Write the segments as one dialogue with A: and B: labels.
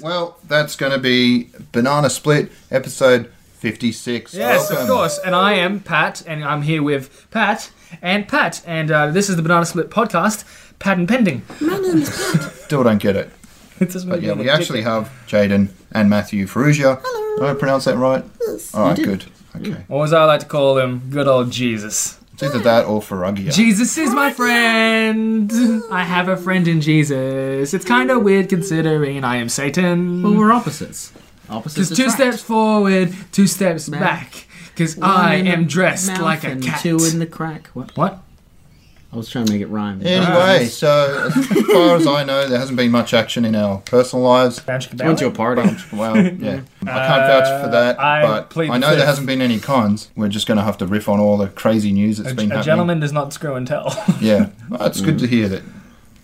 A: Well, that's going to be Banana Split, episode 56.
B: Yes,
A: Welcome.
B: of course. And I am Pat, and I'm here with Pat and Pat, and uh, this is the Banana Split podcast, Pat and Pending.
A: Still don't get it.
B: It doesn't
A: But
B: really
A: yeah,
B: mean
A: we
B: a dick.
A: actually have Jaden and Matthew Ferrugia. Hello. Did I pronounce that right? Yes. All right, good. Okay.
B: Or as I like to call him, good old Jesus.
A: It's either that or Ferrugia.
B: Jesus is
C: Oh,
B: my friend. I have a friend in Jesus. It's kind of weird considering I am Satan.
C: Well, we're opposites. Opposites.
B: Just two
C: attract.
B: steps forward, two steps
C: Mouth.
B: back. Because
C: One
B: I
C: in the
B: am dressed
C: mouth
B: like a
C: and
B: cat.
C: Two in the crack. What?
B: What?
C: I was trying to make it rhyme.
A: Anyway, so as far as I know, there hasn't been much action in our personal lives.
C: I went to a party.
A: Well, yeah. I can't vouch for that,
B: Uh, I
A: but
B: plead
A: I
B: the
A: know there
B: fifth.
A: hasn't been any cons. We're just going to have to riff on all the crazy news that's been
B: A
A: happening.
B: gentleman does not screw and tell.
A: Yeah, well, it's good to
B: Mm.
A: hear that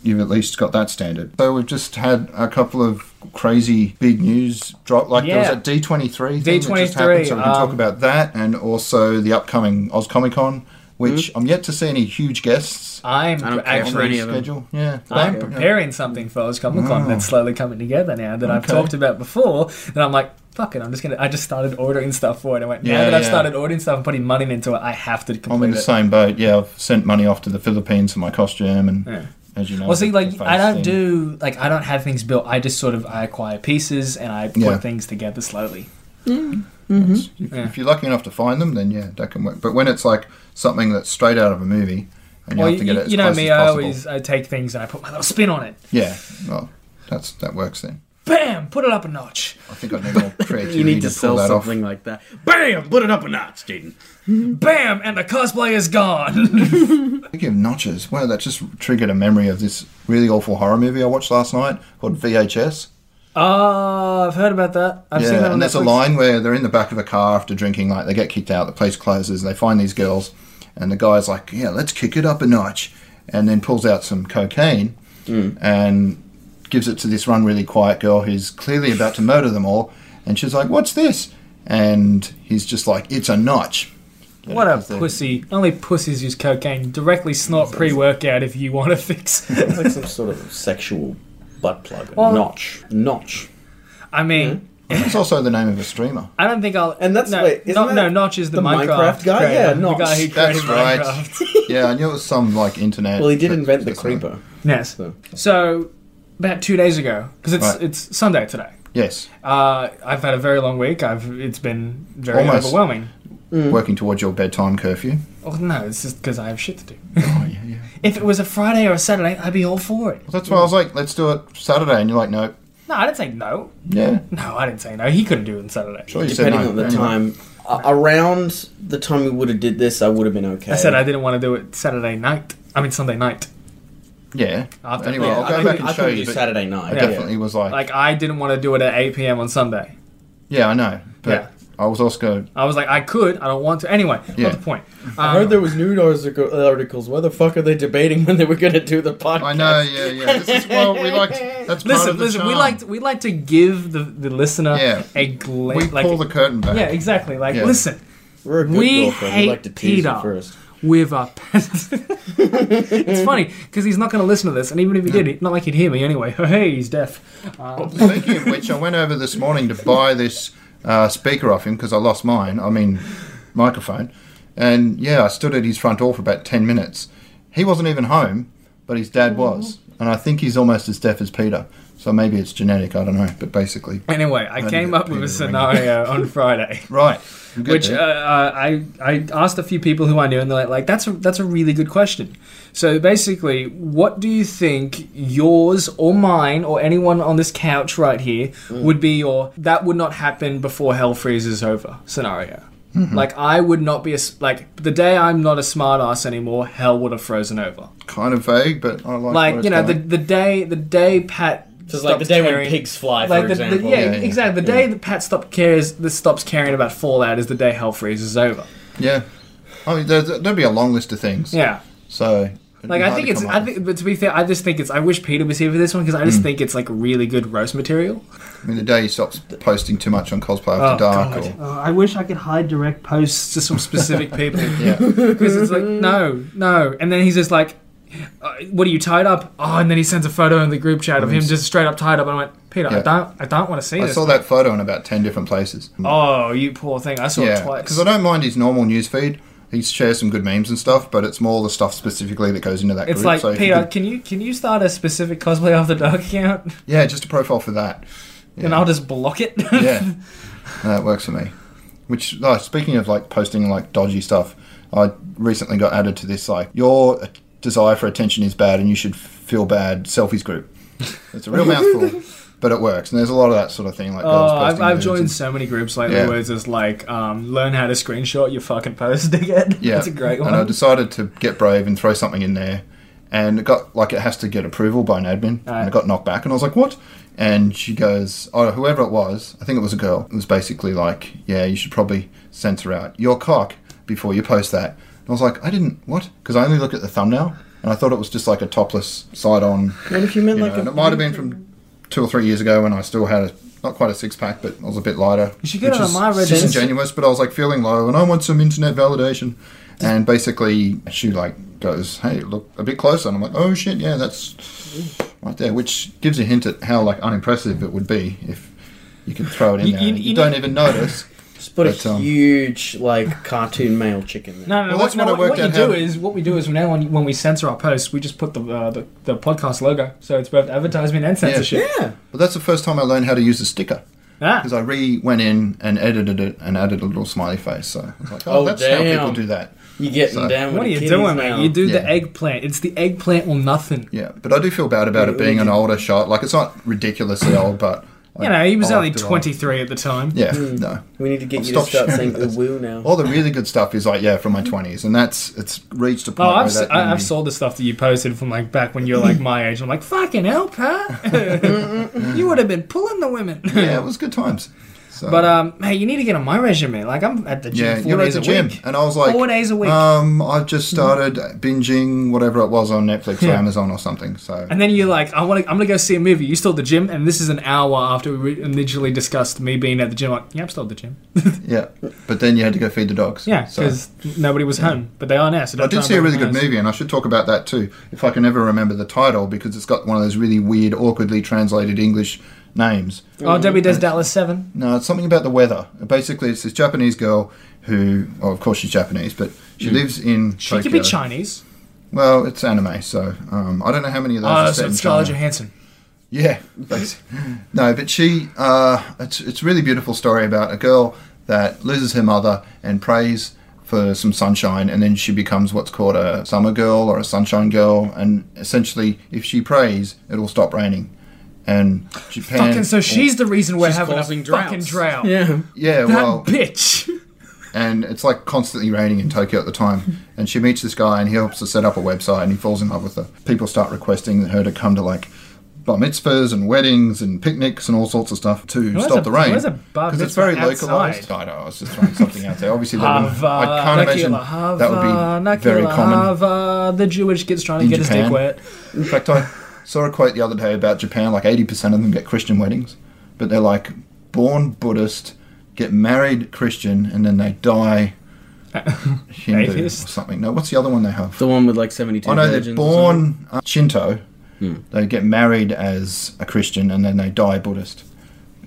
A: you've at least got that standard. So we've just had a couple of crazy big news drop. Like there
B: Yeah.
A: was a D twenty three thing that just happened, so we can
B: D23,
A: talk
B: um,
A: about that, and also the upcoming Oz Comic Con, which
B: Mm.
A: I'm yet to see any huge guests
B: I'm
C: I don't care
A: on
C: for
B: actually
C: any
A: the
C: of them.
A: schedule. Yeah,
B: I'm
A: But, you know,
B: preparing something for Oz Comic Con that's slowly coming together now that I've
A: Okay.
B: talked about before. That I'm like, fuck it, I'm just gonna. I just started ordering stuff for it. I went, now
A: Yeah,
B: that I've
A: yeah.
B: started ordering stuff and putting money into it, I have to
A: I'm
B: complete
A: in the
B: it.
A: same boat. Yeah, I've sent money off to the Philippines for my costume, and
B: Yeah.
A: as you know,
B: Well, see,
A: the-
B: like
A: the
B: I
A: face
B: don't
A: thing.
B: do like I don't have things built. I just sort of I acquire pieces and I put
A: Yeah.
B: things together slowly.
A: It's- If,
B: Mm-hmm. Yeah.
A: if you're lucky enough to find them, then yeah, that can work. But when it's like something that's straight out of a movie, and you
B: well,
A: have to get
B: you,
A: it as
B: you know
A: close as
B: me, I
A: possible.
B: always I take things and I put my little spin on it.
A: Yeah, well, that's that works then.
B: Bam, put it up a notch.
A: I think I need more creativity
C: You need to
A: pull
C: sell
A: that
C: something like that. Bam! Put it up a notch, Jaden.
B: Bam, and the cosplay is gone.
A: off. Speaking of notches, wow, that just triggered a memory of this really awful horror movie I watched last night called VHS.
B: Ah, I've heard about that. I've seen
A: Yeah,
B: that on
A: and there's a
B: Netflix.
A: line where they're in the back of a car after drinking, like they get kicked out, the place closes, and they find these girls, and the guy's like, "Yeah, let's kick it up a notch," and then pulls out some cocaine and gives it to this one really quiet girl who's clearly about to murder them all, and she's like, "What's this?" And he's just like, "It's a notch." You know,
B: What a
A: 'cause they're-
B: pussy. Only pussies use cocaine. Directly snort pre workout if you want to fix.
D: It's like some sort of sexual butt plug.
B: Well-
D: notch. Notch.
B: I mean,
A: It's also the name of a streamer.
B: I don't think I'll.
D: Hmm? And that's-
B: no,
D: wait, isn't
B: no,
D: that
B: no, Notch is the,
D: the
B: Minecraft,
D: Minecraft guy?
B: creator,
D: Yeah,
B: the guy who
D: Notch.
B: created
A: That's right.
B: Minecraft.
A: yeah, I knew it was some like internet.
D: Well, he did
A: but-
D: invent the
A: but something.
D: creeper.
B: Yes.
D: So-
B: So about two days ago, because it's
A: Right.
B: it's Sunday today.
A: Yes,
B: Uh, I've had a very long week. I've it's been very
A: Almost.
B: overwhelming.
D: Mm.
A: working towards your bedtime curfew.
B: Oh no, it's just because I have shit to do.
A: Oh yeah, yeah.
B: if it was a Friday or a Saturday, I'd be all for it.
A: That's why I was like, let's do it Saturday. And you're like, no.
B: No, I didn't say no.
A: Yeah.
B: No, I didn't say no. He couldn't do it on Saturday.
A: Sure, you
D: Depending
A: said no.
D: on the
A: Anyway.
D: time. a- around the time we would have did this, I would have been okay.
B: I said I didn't want to do it Saturday night. I mean Sunday night.
A: Yeah.
B: After-
A: anyway,
B: Yeah,
A: I'll go
B: I
A: back
B: couldn't-
A: and
D: I
A: show
D: could
A: you.
D: do
A: but
D: Saturday
A: I
D: night.
A: definitely was like,
B: Like I didn't want to do it at 8 p.m. on Sunday.
A: yeah, I know. But
B: Yeah.
A: I was also going,
B: I was like, I could, I don't want to. Anyway,
A: Yeah.
B: not the point. Um,
D: I heard there was news articles. Why the fuck are they debating when they were going to do the podcast?
A: I know, yeah, yeah. This is well, we like. That's part
B: listen,
A: of the
B: listen. We
A: charm.
B: like to, we like to give the, the listener
A: Yeah.
B: a gla-
A: We
B: like
A: pull the curtain back.
B: yeah, exactly. Like,
A: Yeah.
B: listen,
D: We're a good
B: We
D: girlfriend. we like to
B: hate
D: tease
B: Peter.
D: you first.
B: with a pen. it's funny because he's not going to listen to this, and even if he did, it's not like he'd hear me anyway. Hey, he's deaf.
A: Speaking of which, I went over this morning to buy this uh, speaker off him because I lost mine. I mean, microphone. And yeah, I stood at his front door for about ten minutes. He wasn't even home, but his dad was, and I think he's almost as deaf as Peter. So maybe it's genetic. I don't know, but basically,
B: Anyway, I
A: didn't
B: came
A: get
B: up with a
A: Peter to ring.
B: scenario on Friday.
A: right. we'll get
B: Which uh,
A: there.
B: uh, I I asked a few people who I knew, and they're like, like that's a, that's a really good question. So basically, what do you think yours or mine or anyone on this couch right here
A: Mm.
B: would be your that would not happen before hell freezes over scenario?
A: Mm-hmm.
B: Like I would not be a s- like the day I'm not a smart ass anymore, hell would have frozen over.
A: kind of vague, but I like.
B: Like
A: where
B: you
A: it's
B: know the
A: going.
B: the day the day Pat
D: Just like the
B: stopped
D: day when
B: caring-
D: pigs fly, for
B: like the, the-
D: example.
B: yeah,
A: Yeah, yeah.
B: exactly. The day that Pat stopped cares, this stops caring about Fallout is the day Hell freezes over.
A: yeah. I mean, there's, there'll be a long list of things.
B: Yeah,
A: So. it'd be
B: like I
A: hard
B: think
A: to
B: it's.
A: come
B: I
A: up with.
B: think, but to be fair, I just think it's. I wish Peter was here for this one because I just think it's like really good roast material.
A: I mean, the day he stops posting too much on cosplay
B: Oh,
A: after dark, or
B: Uh, I wish I could hide direct posts to some specific people
A: yeah,
B: because it's like no, no, and then he's just like. uh, "What are you tied up?" Oh, and then he sends a photo in the group chat of him just straight up tied up. And I went, "Peter, I
A: Yeah.
B: don't, I don't want to see
A: I
B: this."
A: saw that photo in about 10 different places.
B: Oh, you poor thing! I saw it
A: yeah.
B: twice.
A: Because I don't mind his normal news feed. He shares some good memes and stuff, but it's more the stuff specifically that goes into that
B: It's
A: group.
B: like
A: so if you
B: Peter,
A: could-
B: can you can you start a specific cosplay after dark account,
A: yeah, just a profile for that.
B: and
A: Yeah.
B: I'll just block it.
A: yeah, No, that works for me. Which, oh, speaking of like posting like dodgy stuff, I recently got added to this like your desire for attention is bad and you should feel bad selfies group. It's a real mouthful, but it works. And there's a lot of that sort of thing like girls
B: Oh, I've,
A: posting
B: I've
A: nudes
B: joined
A: and-
B: so many groups lately
A: Yeah.
B: where it's just like, um, learn how to screenshot your fucking post, dickhead.
A: Yeah,
B: That's a great one.
A: And I decided to get brave and throw something in there, and it got like it has to get approval by an admin,
B: Right.
A: and it got knocked back, and I was like, "What?" And she goes, "Oh, whoever it was, I think it was a girl. It was basically like, yeah, you should probably censor out your cock before you post that." And I was like, "I didn't what?" Because I only look at the thumbnail, and I thought it was just like a topless side-on.
D: What if you meant
A: You
D: like
A: know, and
D: a
A: it might have been from two or three years ago when I still had a, not quite a six pack, but I was a bit lighter.
B: You should get
A: which
B: it on
A: is
B: my Reddit.
A: Disingenuous, but I was like feeling low, and I want some internet validation. And basically, she like goes, "Hey, look a bit closer," and I'm like, "Oh shit, yeah, that's right there," which gives a hint at how like unimpressive it would be if you could throw it in
B: You-
A: there. You,
B: you- you
A: don't even notice.
D: just put
A: But,
D: a
A: um,
D: huge like cartoon male chicken there.
B: No, no, no.
A: Well,
B: what,
A: that's
B: no,
A: what I
B: what,
A: worked
B: what you
A: out
B: do
A: how-
B: is what we do is from now on, when we censor our posts, we just put the uh, the, the podcast logo, so it's both advertisement and censorship.
D: Yeah.
A: But that's the first time I learned how to use a sticker
B: Ah.
A: because I re went in and edited it and added a little smiley face. So I was like, "Oh,
D: Oh,
A: that's how
D: damn.
A: people do that."
D: You getting
A: So-
D: down with
B: What are
D: the
B: you
D: kiddies
B: doing,
D: now.
B: man? You do the
A: Yeah.
B: eggplant. It's the eggplant or nothing.
A: Yeah, but I do feel bad about it being an older shot. Like it's not ridiculously old, but like,
B: You know, he was
A: I
B: only Hmm.
A: liked it all.
B: 23 at the time.
A: Yeah, no.
D: We need to get you to
A: Stop
D: start
A: sharing
D: saying
A: this.
D: woo now.
C: Oh.
A: All the really good stuff is like yeah, from my twenties, and that's it's reached a
B: Oh,
A: point. where
B: I've, s-
A: that
B: I,
A: really-
B: I've saw the stuff that you posted from like back when you're like my age. I'm like, fucking hell, Pat. you would have been pulling the women.
A: Yeah, it was good times. So,
B: But um, hey, you need to get on my resume. Like I'm at the gym
A: yeah,
B: 4
A: you're at
B: days
A: the
B: a
A: gym,
B: week.
A: and I was like,
B: Four days a week. Hmm.
A: Um, I've just started binging whatever it was on Netflix or
B: Yeah.
A: Amazon or something. So
B: And then you're like, I want to. I'm gonna go see a movie. You still at the gym, and this is an hour after we re- initially discussed me being at the gym. Like, yeah, I'm still at the gym.
A: yeah, but then you had to go feed the dogs.
B: Yeah,
A: so.
B: because nobody was home, but they are now. So
A: I
B: don't try
A: did
B: and
A: see a
B: break
A: really
B: my
A: good
B: nose.
A: movie, and I should talk about that too, if I can ever remember the title, because it's got one of those really weird, awkwardly translated English names.
B: Oh, Debbie does Dallas Seven.
A: No, it's something about the weather. Basically, it's this Japanese girl who, well, of course, she's Japanese, but she lives in.
B: Mm. She could
A: Tokyo.
B: be Chinese.
A: Well, it's anime, so um, I don't know how many of those.
B: Oh,
A: are
B: so
A: set in
B: it's Scarlett
A: China.
B: Johansson.
A: Yeah, basically. no, but she. Uh, it's it's a really beautiful story about a girl that loses her mother and prays for some sunshine, and then she becomes what's called a summer girl or a sunshine girl, and essentially, if she prays, it'll stop raining. And Japan.
B: Fucking. So she's the reason we're
C: She's
B: having a
C: causing
B: fucking
C: droughts.
B: drought.
D: Yeah.
A: yeah,
B: That
A: well,
B: bitch.
A: and it's like constantly raining in Tokyo at the
B: Hmm.
A: time. And she meets this guy, and he helps her set up a website, and he falls in love with her. People start requesting her to come to like bar mitzvahs and weddings and picnics and all sorts of stuff to
B: Where's
A: stop
B: a-
A: the rain.
B: where's a bar
A: it's very
B: mitzvah outside?
A: localized. I know. I was just throwing something out there. Obviously, that wouldn't- I can't
B: Nakila,
A: imagine
B: Hava,
A: that would be very
B: Nakila,
A: common.
B: Hava. The Jewish kid's trying to
A: in
B: get his dick
A: Japan.
B: wet.
A: In fact, I saw a quote the other day about Japan. Like eighty percent of them get Christian weddings, but they're like born Buddhist, get married Christian, and then they die. Hindu
B: Atheist?
A: or something. No, what's the other one they have?
C: The one with like 72
A: I know they're
C: virgins or something. Hmm.
A: born uh, Shinto. They get married as a Christian and then they die Buddhist.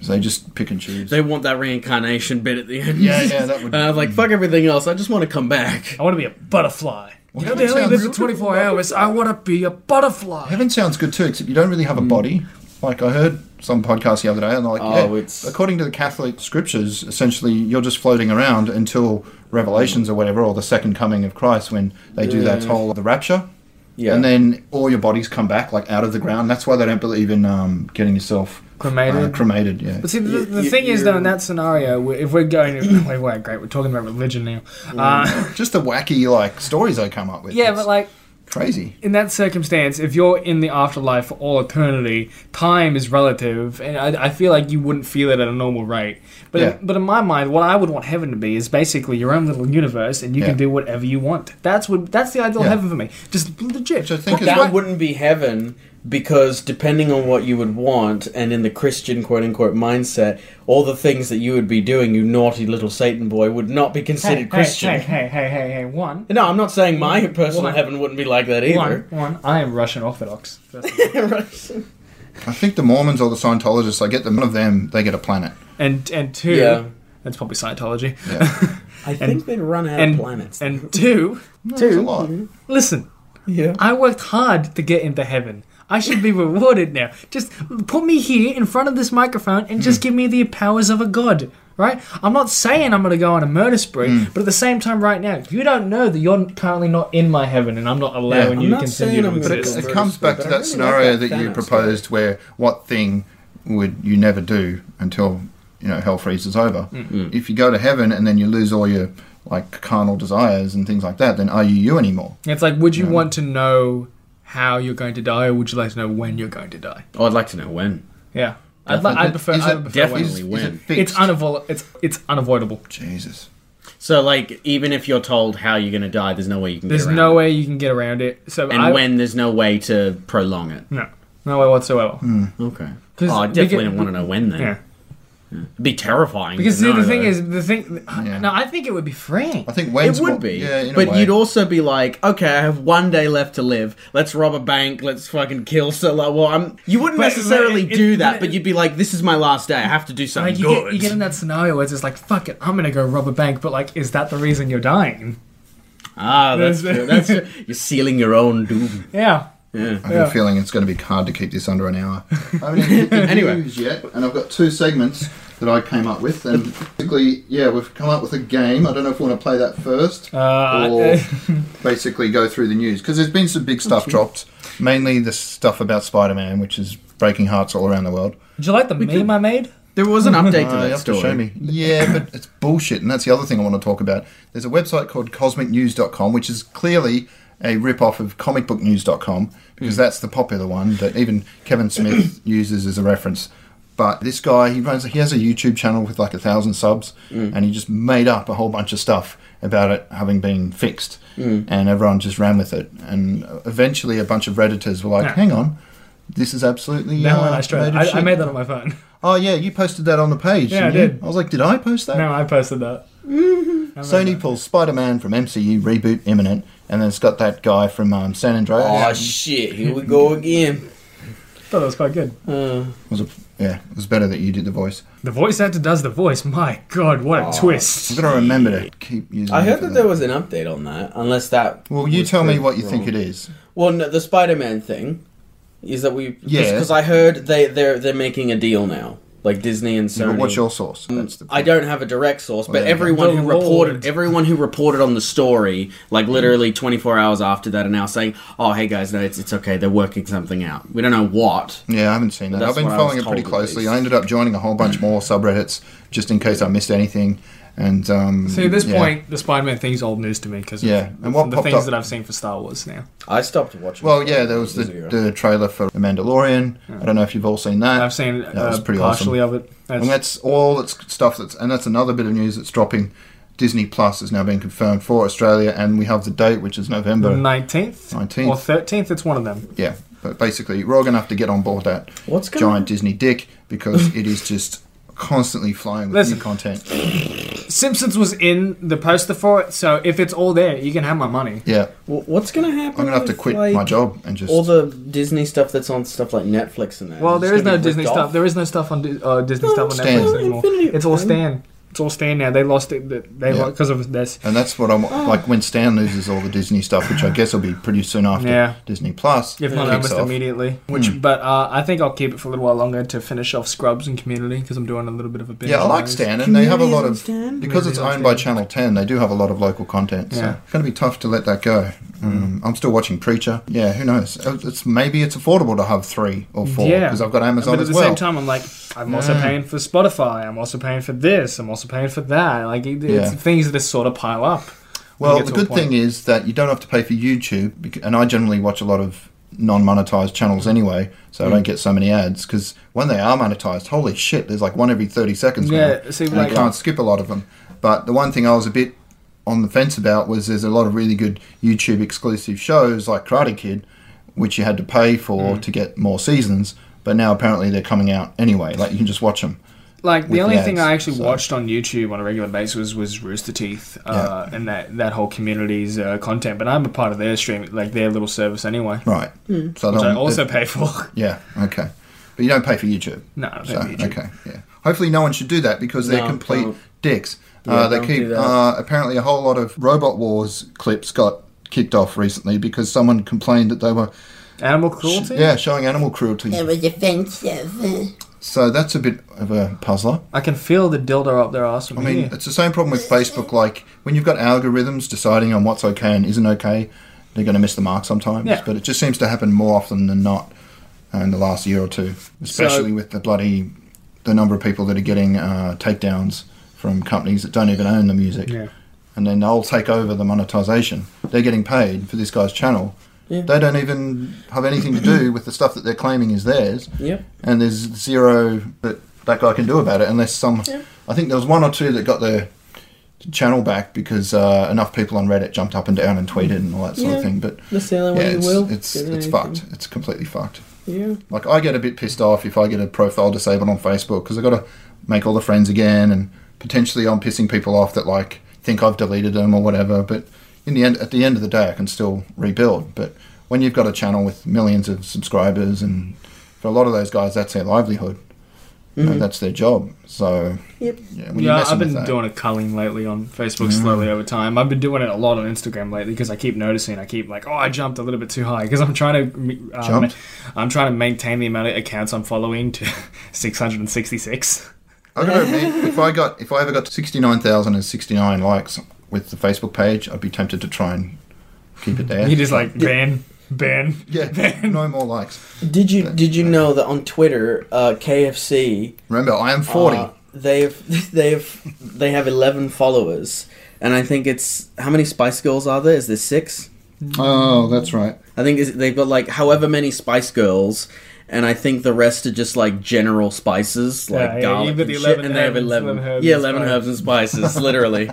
A: So they just pick and choose.
C: They want that reincarnation bit at the end.
A: Yeah, yeah, that would-
C: And I was like, fuck everything else. I just want to come back.
B: I want to be a butterfly. You know,
A: that
B: they only
A: sounds-
B: live for 24 hours. I want to be a butterfly.
A: Heaven sounds good too, except you don't really have
C: Hmm.
A: a body. Like I heard some podcast the other day, and they're like,
C: Oh,
A: yeah,
C: it's-
A: according to the Catholic scriptures, essentially you're just floating around until Revelations or whatever, or the second coming of Christ, when they do that whole the rapture.
D: Yeah.
A: And then all your bodies come back like out of the ground. That's why they don't believe in um, getting yourself
B: Cremated?
A: cremated, yeah.
B: But see, the,
D: You-
B: the
D: you-
B: thing is, though, in
D: you-
B: that scenario, we- if we're going, well, we're great, we're talking about religion now. Uh,
A: Just the wacky like stories they come up with.
B: yeah,
A: It's-
B: but like
A: crazy.
B: in that circumstance, if you're in the afterlife for all eternity, time is relative, and I, I feel like you wouldn't feel it at a normal rate. But
A: Yeah.
B: but in my mind, what I would want heaven to be is basically your own little universe, and you
A: Yeah.
B: can do whatever you want. That's what that's the ideal
A: Yeah.
B: heaven for me. Just legit.
A: Which I think
B: Put
A: is
D: That
A: what-
D: wouldn't be heaven. because depending on what you would want, and in the Christian quote unquote mindset, all the things that you would be doing, you naughty little Satan boy, would not be considered Christian.
B: Hey, hey, hey, hey, hey, one.
D: No, I'm not saying my personal
B: One.
D: heaven wouldn't be like that either.
B: One, one. I am Russian Orthodox.
A: I think the Mormons or the Scientologists, I get them, one of them, they get a planet.
B: and and two,
D: Yeah.
B: that's probably Scientology.
A: Yeah.
D: I think they'd run out
B: and
D: of planets.
B: and two,
A: That's a lot.
B: listen.
D: yeah.
B: I worked hard to get into heaven. I should be rewarded now. Just put me here in front of this microphone and
D: Mm.
B: just give me the powers of a god, right? I'm not saying I'm going to go on a murder spree,
D: Mm.
B: but at the same time, right now, you don't know that you're currently not in my heaven, and I'm not allowing
A: I'm
B: you
D: not
B: to continue
D: saying
B: to
D: I'm gonna
A: But it,
B: exist.
D: go-
A: it comes back to
D: But I
A: that
D: really like
A: scenario
D: that
A: that, you
D: Thanos
A: proposed where what thing would you never do until, you know, hell freezes over? If you go to heaven and then you lose all your, like, carnal desires and things like that, then are you you anymore?
B: It's like, would you want to know how you're going to die, or would you like to know when you're going to die?
C: Oh, I'd like to know when.
B: Yeah, I'd, li- I'd prefer.
A: Is
B: I
A: it-
B: would prefer
A: is-
C: definitely
A: is it
C: win.
A: fixed?
B: It's unavoid. It's it's unavoidable.
A: Jesus.
C: So, like, even if you're told how you're going to die, there's no way you can
B: There's
C: get around
B: no
C: it.
B: way you can get around it. So
C: And
B: I,
C: when there's no way to prolong it.
B: No, no way whatsoever.
A: Hmm.
C: Okay.
B: 'Cause
C: Oh, I
B: we
C: definitely
B: get-
C: don't want to know when then.
B: Yeah.
C: It'd be terrifying.
B: Because
C: to
B: see,
C: know,
B: the thing
C: though.
B: is, the thing. No, I think it would be freeing.
A: I think
C: It
A: Wayne's
C: would
A: Wo-
C: be,
A: Yeah, in a
C: but
A: way.
C: you'd also be like, okay, I have one day left to live. Let's rob a bank. Let's fucking kill. So, like, well, I'm. You wouldn't
B: But-
A: uh,
C: necessarily
B: but it-
C: do
B: it-
C: that,
B: but-
C: but you'd be like, this is my last day. I have to do something
B: Like you
C: good.
B: get, you get in that scenario where it's just like, fuck it, I'm gonna go rob a bank. But like, is that the reason you're dying?
C: ah, that's
B: That's-
C: true. That's true. You're sealing your own doom.
B: Yeah.
A: I have
B: Yeah.
A: a feeling it's going to be hard to keep this under an hour. I haven't even hit the
C: Anyway.
A: news yet, and I've got two segments that I came up with, and basically, yeah, we've come up with a game. I don't know if we want to play that first,
B: Uh,
A: or basically go through the news because there's been some big stuff dropped, mainly the stuff about Spider-Man, which is breaking hearts all around the world.
B: Did you like the meme I made?
C: There was an update to
A: Uh, you
C: that
A: have to
C: story.
A: show me. Yeah, but it's bullshit, and that's the other thing I want to talk about. There's a website called CosmicNews.com, which is clearly a rip-off of ComicBookNews.com because
B: Hmm.
A: that's the popular one that even Kevin Smith uses as a reference. But this guy, he runs, he has a YouTube channel with like a thousand subs,
B: Hmm.
A: and he just made up a whole bunch of stuff about it having been fixed,
B: Hmm.
A: and everyone just ran with it. And eventually, a bunch of redditors were like,
B: Yeah.
A: "Hang on." This is absolutely.
B: No,
A: uh,
B: no, no, straight.
A: made of
B: I, I
A: shit."
B: made that on my phone.
A: Oh yeah, you posted that on the page.
B: Yeah, I
A: didn't you?
B: did.
A: I was like, did I post that?
B: No, I posted that.
A: Sony pulls Spider-Man from MCU reboot imminent, and then it's got that guy from um, San Andreas.
D: Oh shit! Here we go again.
B: Thought that was quite good.
D: Uh,
A: was a, yeah, it was better that you did the voice.
B: The voice actor does the voice. My God, what a
A: I'm
B: twist!
A: gonna remember to keep using.
D: I
A: it
D: heard
A: for
D: that there was an update on that, unless that.
A: Well, you
D: was
A: tell me
D: proved
A: what you
D: wrong.
A: think it is.
D: Well, no, the Spider-Man thing is that we.
A: Yeah.
D: Because I heard they they're they're making a deal now, like Disney and Sony.
A: But what's your source? That's the
D: Mm, I don't have a direct source,
A: Well,
D: but
A: there you go.
D: everyone who
B: The Lord.
D: reported everyone who reported on the story, like literally 24 hours after that, are now saying, "Oh, hey guys, no, it's it's okay. They're working something out. We don't know what."
A: Yeah, I haven't seen that.
D: That's
A: I've been
D: what I
A: following
D: was
A: it pretty
D: told, at
A: closely.
D: least.
A: I ended up joining a whole bunch more subreddits just in case I missed anything. And um,
B: See, at this
A: yeah.
B: point, the Spider-Man thing's old news to me because
A: Yeah, and what
B: the
A: popped
B: things
A: up-
B: that I've seen for Star Wars now.
D: I stopped watching.
A: Well, yeah, there was the,
D: years ago.
A: the trailer for The Mandalorian. I don't know if you've all seen that.
B: I've seen
A: That
B: uh,
A: was pretty
B: partially of it. That's-
A: And that's all that's stuff that's and that's another bit of news that's dropping. Disney Plus has now been confirmed for Australia, and we have the date, which is November.
B: nineteenth,
A: 19th.
B: or thirteenth. It's one of them.
A: Yeah, but basically, we're all going to have to get on board that
D: What's going
A: giant Disney dick because it is just constantly flying with
B: Listen.
A: new content.
B: Simpsons was in the poster for it, so if it's all there, you can have my money.
A: Yeah,
D: Wh- what's gonna happen?
A: I'm going to have to
D: with,
A: quit
D: like,
A: my job and just.
D: All the Disney stuff that's on stuff like Netflix and that.
B: Well,
D: It's
B: there is
D: gonna
B: no
D: be
B: Disney
D: ripped
B: stuff.
D: off.
B: There is no stuff on Di- uh, Disney
D: No,
B: stuff on
A: Stan.
B: Netflix anymore.
D: Infinity
B: It's all
D: War.
B: Stan. It's all Stan now. They lost it. They
A: Yeah.
B: because of this.
A: and that's what I'm
D: Ah.
A: like when Stan loses all the Disney stuff, which I guess will be pretty soon after
B: Yeah.
A: Disney Plus.
B: If not
A: kicks
B: almost
A: off.
B: immediately, which but uh, I think I'll keep it for a little while longer to finish off Scrubs and Community because I'm doing a little bit of a binge
A: Yeah, I
B: on
A: like
B: those.
A: Stan, and they have a lot of
D: Communities on Stan?
A: because it's owned by Channel Ten. They do have a lot of local content, so
B: Yeah. Mm.
A: it's going to be tough to let that go. Um, I'm still watching Preacher. Yeah, who knows? Uh, It's maybe it's affordable to have three or four
B: Yeah.
A: because I've got Amazon
B: But at
A: as
B: the
A: well. Mm.
B: same time, I'm like, I'm also paying for Spotify. I'm also paying for this. I'm also paying for that. Like, it,
A: Yeah.
B: it's things that sort of pile up. when you
A: well,
B: get
A: the
B: to a
A: good
B: point.
A: thing is that you don't have to pay for YouTube, bec- and I generally watch a lot of non-monetized channels anyway, so
B: Hmm.
A: I don't get so many ads. Because when they are monetized, holy shit, there's like one every thirty seconds.
B: Yeah,
A: now,
B: see,
A: and
B: like-
A: you can't skip a lot of them. But the one thing I was a bit on the fence about was there's a lot of really good YouTube exclusive shows like Karate Kid, which you had to pay for
B: Hmm.
A: to get more seasons. But now apparently they're coming out anyway. Like you can just watch them.
B: Like the
A: with
B: only
A: the
B: thing
A: ads,
B: I actually
A: so.
B: watched on YouTube on a regular basis was, was Rooster Teeth uh, and that, that whole community's uh, content. But I'm a part of their stream, like their little service anyway,
A: Right. So
B: Hmm. which I
A: they'll-
B: also pay for.
A: Yeah. Okay. But you don't pay for YouTube.
B: no, I don't
A: So,
B: pay for YouTube.
A: okay, yeah. Hopefully, no one should do that because they're
D: No,
A: complete
D: don't.
A: dicks.
D: Yeah,
A: uh, they
D: don't
A: keep
D: do that.
A: uh, apparently a whole lot of Robot Wars clips got kicked off recently because someone complained that they were
B: Animal
A: sh-
B: cruelty.
A: yeah showing animal cruelty.
E: It was offensive.
A: So that's a bit of a puzzler.
B: I can feel the dildo up their ass. From
A: I mean,
B: here.
A: it's the same problem with Facebook. Like when you've got algorithms deciding on what's okay and isn't okay, they're going to miss the mark sometimes.
B: Yeah.
A: But it just seems to happen more often than not uh, in the last year or two, especially with the bloody the number of people that are getting uh, takedowns from companies that don't even own the music,
B: Yeah.
A: and then they'll take over the monetization. They're getting paid for this guy's channel. They don't even have anything to do with the stuff that they're claiming is theirs
D: Yep.
A: and there's zero that that guy can do about it unless some. I think there was one or two that got their channel back because uh, enough people on Reddit jumped up and down and tweeted and all that sort
D: Yeah.
A: of thing. But
D: That's the only
A: yeah,
D: way you
A: it's
D: will.
A: it's,
D: get
A: it's
D: anything.
A: fucked. It's completely fucked.
D: Yeah.
A: Like I get a bit pissed off if I get a profile disabled on Facebook because I got to make all the friends again and potentially I'm pissing people off that like think I've deleted them or whatever. But in the end, at the end of the day, I can still rebuild. But when you've got a channel with millions of subscribers and for a lot of those guys, that's their livelihood. You know, that's their job. So
D: Yep.
A: yeah, when you're
B: Yeah,
A: messing
B: I've been
A: with that- Mm.
B: doing a culling lately on Facebook slowly over time. I've been doing it a lot on Instagram lately because I keep noticing. I keep like, oh, I jumped a little bit too high because I'm trying to, um,
A: Jumped?
B: I'm trying to maintain the amount of accounts I'm following to 666.
A: I gotta admit, if I got if I ever got to sixty nine thousand and sixty nine likes with the Facebook page, I'd be tempted to try and keep it there.
B: He just like ban, ban.
A: yeah, no more likes.
D: Did you did you know that on Twitter, uh, KFC
A: Remember, I am 40.
D: Uh, they've they've they have eleven followers, and I think it's how many Spice Girls are there? Is there six?
A: oh, that's right.
D: I think is- they've got like however many Spice Girls, and I think the rest are just like general spices, like
B: Yeah, yeah,
D: garlic
B: you've got
D: and
B: the
D: shit,
B: 11
D: and they have
B: herbs,
D: eleven,
B: 11 herbs
D: yeah,
B: and
D: eleven
B: spice.
D: herbs and spices, literally.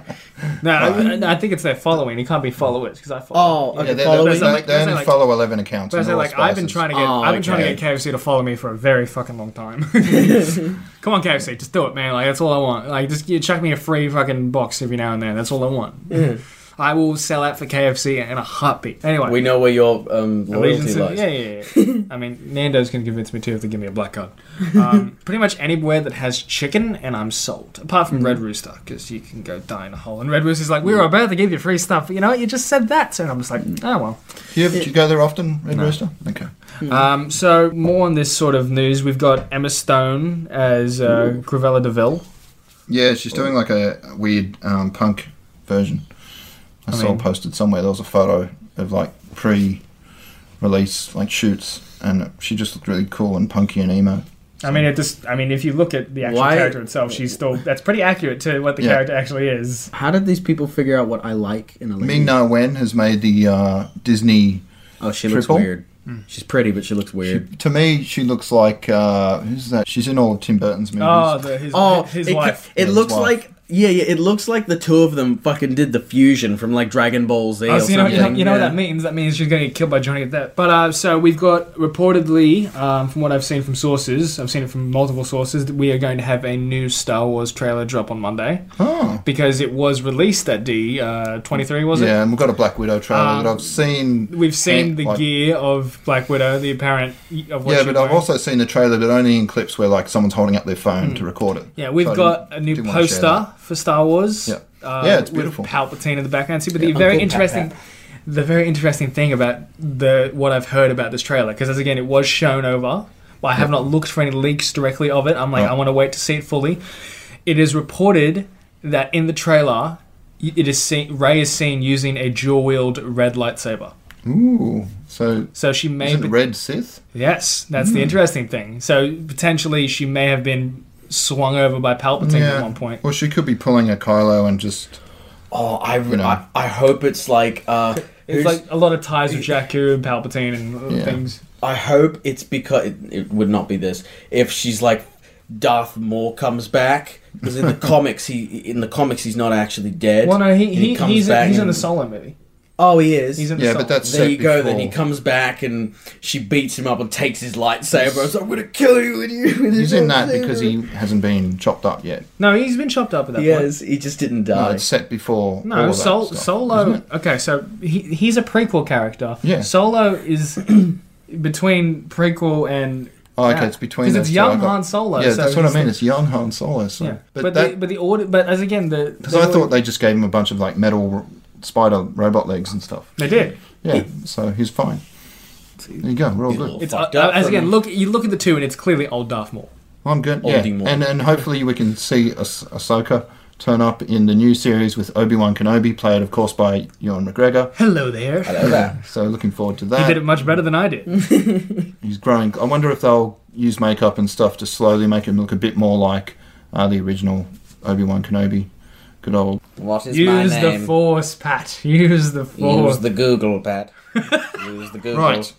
B: No, I, I think it's their following. It can't be followers because I follow.
D: Oh,
A: Yeah,
D: okay.
A: they,
D: following-
A: they,
B: That's not
A: they,
B: like-
A: they
B: that's
A: only
B: not like-
A: follow 11 accounts.
B: But I
A: and
B: say,
A: all
B: like I've been
A: spices.
B: trying to get
D: Oh,
B: I've been trying to
D: okay.
B: get KFC to follow me for a very fucking long time. Come on, KFC, just do it, man. Like that's all I want. Like just you chuck me a free fucking box every now and then. That's all I want. I will sell out for KFC in a heartbeat. Anyway,
D: Mm. we know where your um, loyalty
B: allegiance. to-
D: lies.
B: Yeah, yeah, yeah. I mean, Nando's can convince me too if they give me a black card. Um, pretty much anywhere that has chicken, and I'm sold. Apart from
D: Mm.
B: Red Rooster, because you can go die in a hole. And Red Rooster's like, we were about to give you free stuff, but you know what? You just said that, so I'm just like,
D: Mm.
B: oh well.
A: Do you, do you go there often, Red Rooster? Okay.
D: Mm-hmm.
B: Um, so more on this sort of news. We've got Emma Stone as uh, Cruella Deville.
A: Yeah, she's doing like a weird um, punk version. I, saw
B: mean-
A: posted somewhere. There was a photo of like pre release, like shoots, and she just looked really cool and punky and emo.
B: I mean, it just. I mean, if you look at the actual
C: Why-
B: character itself, she's still. That's pretty accurate to what the
A: Yeah.
B: character actually is.
C: How did these people figure out what I like in a lady?
A: Ming Na Wen has made the uh, Disney.
C: Oh, she looks
A: Triple?
C: weird.
D: Hmm.
C: She's pretty, but she looks
A: She,
C: weird.
A: to me, she looks like. Uh, who's that? She's in all of Tim Burton's movies.
B: Oh, the, his,
D: Oh,
B: his
D: it, ca-
B: wife.
D: It
A: Yeah, his
D: looks
A: wife.
D: like yeah, yeah. It looks like the two of them fucking did the fusion from like Dragon Ball Z.
B: Oh,
D: or
B: so you know, you know,
D: something.
B: you know what
D: Yeah.
B: that means? That means she's going to get killed by Johnny Depp. But uh, so we've got reportedly, um, from what I've seen from sources, I've seen it from multiple sources, that we are going to have a new Star Wars trailer drop on Monday
A: oh.
B: because it was released at D uh, twenty three, was it? Um,
A: yeah, and we've got a Black Widow trailer that I've seen.
B: We've seen the
A: like-
B: gear of Black Widow, the apparent of what
A: Yeah,
B: she
A: but
B: wearing.
A: I've also seen the trailer, but only in clips where like someone's holding up their phone to record it.
B: Hmm. yeah, we've
A: So I
B: got a
A: didn't-
B: new
A: didn't wanna share that.
B: poster for Star Wars.
A: Yeah.
B: uh,
A: Yeah, it's
B: with
A: beautiful.
B: Palpatine in the background. See, but the very
D: Uncle
B: interesting, the very interesting thing about the what I've heard about this trailer, because as again, it was shown over, but I have not looked for any leaks directly of it. I'm like,
A: Right.
B: I want to wait to see it fully. It is reported that in the trailer, y- it is seen, Ray is seen using a dual wield red lightsaber.
A: Ooh, so
B: So she may
A: isn't
B: be-
A: Red Sith?
B: Yes, that's
A: Hmm.
B: the interesting thing. So potentially she may have been swung over by Palpatine at one point.
A: Well, she could be pulling a Kylo and just
D: Oh, I,
A: know.
D: I, I hope it's like uh,
B: It's
D: who's-
B: like a lot of ties with Jakku and Palpatine and other
A: Yeah.
B: things.
D: I hope it's because it, it would not be this if she's like Darth Maul comes back because in the comics he in the comics he's not actually dead.
B: Well, no, he,
D: and
B: he,
D: comes
B: he's,
D: back
B: he's in
D: and-
B: the Solo movie.
D: Oh, he is.
B: He's an
A: Yeah,
B: assault.
A: but that's
D: there
A: set
D: you go. Then he
A: before.
D: comes back and she beats him up and takes his lightsaber. and says, I'm gonna kill you with you. with
A: He's
D: your
A: in that
D: lightsaber."
A: because he hasn't been chopped up yet.
B: no. He's been chopped up at that
D: He
B: point.
D: is. He just didn't
A: No,
D: die.
A: it's set before. all
B: No,
A: of
B: Sol-
A: that stuff, isn't
B: Solo.
A: it?
B: Okay, so he, he's a prequel character.
A: Yeah.
B: Solo is between prequel and
A: Oh, okay,
B: Yeah.
A: it's between.
B: 'Cause
A: those
B: it's
A: two.
B: young
A: I got-
B: Han Solo,
A: Yeah,
B: so
A: that's what I
B: he's
A: mean.
B: the-
A: It's young Han Solo. So.
B: yeah. But,
A: But,
B: the
A: that
B: but the order. But as again the
A: because I thought they just gave him a bunch of like metal r- spider robot legs and stuff.
B: they did.
A: Yeah, so he's fine. There you go. We're all good.
B: It's
D: fucked
B: uh,
D: up
B: as
D: for
B: again
D: me.
B: look you look at the two and it's clearly old Darth Maul.
A: I'm good.
D: Old
A: Yeah,
D: Dingwall.
A: and and hopefully we can see ah- Ahsoka turn up in the new series with Obi Wan Kenobi, played of course by Ewan McGregor.
B: Hello there.
D: Hello there.
A: So looking forward to
B: He did
A: that.
B: it much better than I did.
A: He's growing. I wonder if they'll use makeup and stuff to slowly make him look a bit more like uh, the original Obi Wan Kenobi. Good old.
D: What is my
B: Use the
D: name?
B: force, Pat. Use the force.
D: Use the Google pad. Use the Google.
A: Right.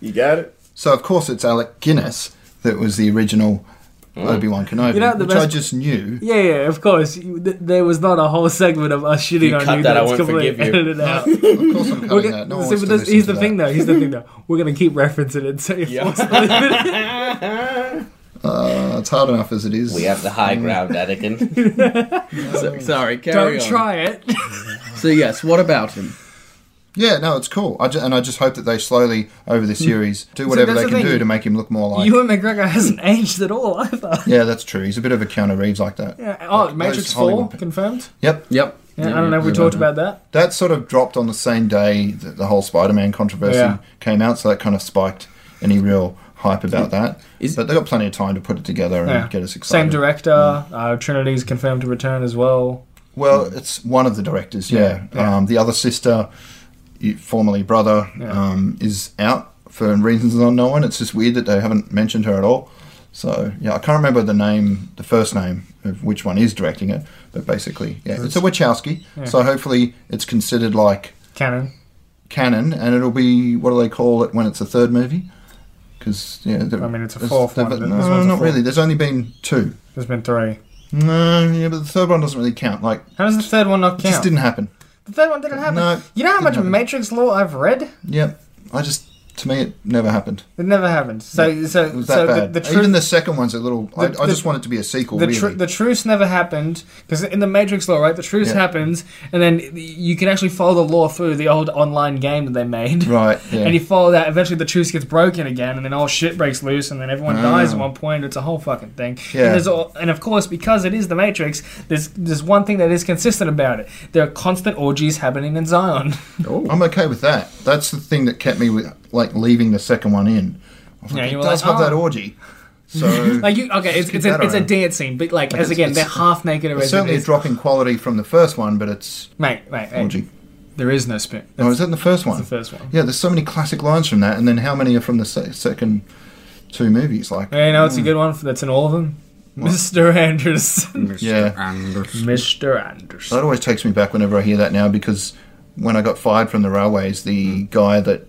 D: You got it.
A: So of course it's Alec Guinness that was the original
D: Oh.
A: Obi Wan Kenobi,
B: You know, the
A: which I
B: best-
A: just knew.
B: yeah, yeah, of course. You- th- There was not a whole segment of us shitting
D: You
B: on
D: cut
B: you
D: that, I
B: that's
D: won't
B: completely
D: forgive you.
B: edited out.
A: Of course I'm
B: We're
A: cutting that. No
B: go- see,
A: one wants
B: but
A: to
B: this-
A: listen
B: here's
A: to
B: the thing,
A: that.
B: though. Here's the thing, though. We're gonna keep referencing it, so you're forced to
A: Uh, it's hard enough as it is.
D: We have the high ground, Anakin.
C: So- sorry, carry
B: don't
C: on.
B: try it.
C: So yes, what about him?
A: Yeah, no, it's cool. I ju- and I just hope that they slowly over the series do whatever
B: Hmm. that's
A: they
B: the
A: can
B: thing.
A: do to make him look more like.
B: Ewan McGregor hasn't aged at all either.
A: yeah, that's true. He's a bit of a Keanu Reeves like that.
B: Yeah. Oh,
A: Like
B: Matrix
A: those
B: Four
A: Hollywood-
B: confirmed.
A: Yep.
C: Yep.
B: Yeah, I don't know if we
A: yeah,
B: talked
A: yeah.
B: about that.
A: That sort of dropped on the same day that the whole Spider-Man controversy
B: Yeah.
A: came out, so that kind of spiked any real hype about that.
C: Is-
A: but they got plenty of time to put it together and
B: Yeah.
A: get us excited.
B: Same director. Uh, Trinity's confirmed to return as well.
A: Well,
B: Hmm.
A: it's one of the directors. Yeah, Um, the other sister, y- formerly brother,
B: Yeah.
A: um, is out for reasons unknown. It's just weird that they haven't mentioned her at all. So yeah, I can't remember the name, the first name of which one is directing it, but basically, yeah, it's a Wachowski. So hopefully, it's considered like
B: Canon.
A: canon, and it'll be what do they call it when it's a third movie? Because yeah, there-
B: I mean, it's a
A: there's-
B: fourth
A: there-
B: one, but
A: No,
B: this one's a
A: not
B: fourth.
A: really. There's only been two.
B: There's been three.
A: No, yeah, but the third one doesn't really count. Like,
B: How does the third one not
A: it just
B: count?
A: didn't happen.
B: the third one didn't happen.
A: No,
B: you know how
A: didn't
B: much
A: happen.
B: Matrix lore I've read?
A: Yep. I just to me it never happened.
B: It never happened. So, so,
A: It was that
B: so the,
A: bad.
B: the truth.
A: Even the second one's a little. I,
B: The-
A: I
B: the-
A: just want it to be a sequel.
B: the,
A: really.
B: tru- the truce never happened because in the Matrix law, right? The truce
A: Yeah.
B: happens, and then you can actually follow the law through the old online game that they made.
A: right. Yeah.
B: And you follow that. Eventually, the truce gets broken again, and then all shit breaks loose, and then everyone
A: Ah.
B: dies at one point. It's a whole fucking thing.
A: Yeah.
B: And, there's all, and of course, because it is the Matrix, there's there's one thing that is consistent about it. There are constant orgies happening in Zion.
A: I'm okay with that. That's the thing that kept me with like leaving the second one in. I was
B: Yeah,
A: like,
B: you
A: it
B: were
A: does
B: like,
A: have that
B: "Oh."
A: orgy. So
B: like you, okay, it's
A: keep
B: it's a,
A: that
B: it's a
A: around.
B: dance scene, but like, as
A: it's-
B: again, they're
A: it's-
B: half naked.
A: it's certainly a
B: Mate,
A: drop in quality from the first one, but it's
B: mate, mate,
A: orgy.
B: there is no spin.
A: Oh, is that in the first one?
B: the first one.
A: Yeah, there's so many classic lines from that, and then how many are from the se- second two movies? Like,
B: Yeah, you know, it's a good one. For, that's in all of them. Mr. Anderson.
A: yeah.
B: Mr.
A: That
B: Anderson.
A: always takes me back whenever I hear that now because when I got fired from the railways, the guy that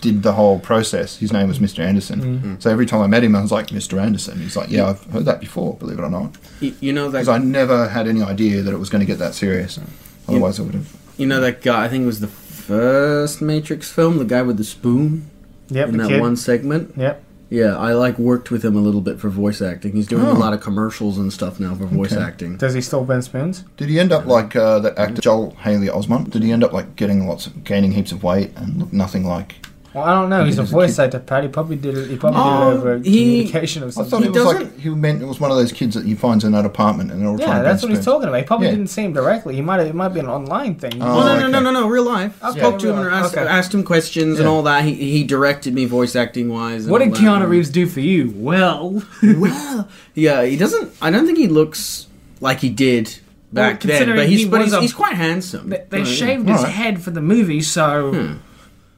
A: did the whole process, his name was Mr. Anderson.
B: Mm-hmm.
A: So every time I met him, I was like, Mr. Anderson. He's like, Yeah, I've heard that before, believe it or not.
C: Y- You know that
A: Because I never had any idea that it was going to get that serious. Otherwise, I would have.
C: you know that guy. I think it was the first Matrix film, the guy with the spoon
B: Yep,
C: in
B: the
C: that
B: kid.
C: one segment.
B: Yep.
C: Yeah, I like worked with him a little bit for voice acting. He's doing
A: Oh.
C: a lot of commercials and stuff now for voice
A: Okay.
C: acting.
B: Does he still bend spoons?
A: Did he end up like uh, that actor Joel Haley Osmond? Did he end up like getting lots of, gaining heaps of weight and look nothing like?
B: Well, I don't know. He's a
A: He's a
B: voice
A: kid.
B: actor, Pat. He probably did it. He probably
C: Oh,
B: did it over
C: he-
B: communication or
A: I
B: something.
A: thought he,
C: He
A: was like
C: doesn't-
A: he meant it was one of those kids that you find in that apartment and they're all trying
B: yeah,
A: to
B: that's
A: bend
B: what
A: spoons.
B: he's talking about. He probably
A: Yeah.
B: didn't see him directly. He might. Have, it might be an online thing.
A: Oh,
C: Oh, no, no,
A: okay.
C: no, no, no, real life. I
B: Okay.
C: spoke to him and
B: Yeah, real
C: asked,
B: life. Okay.
C: asked him questions and
A: Yeah.
C: all that. He, he directed me voice acting wise.
B: what did Keanu Reeves do for you? Well,
C: well, yeah, he doesn't. I don't think he looks like he did back
B: Well,
C: then, but
B: considering
C: he's
B: he
C: but
B: was
C: he's,
B: a-
C: he's quite handsome.
D: Oh,
B: they, they
C: Right.
B: shaved his
A: Alright.
B: head for the movie, so
C: Hmm.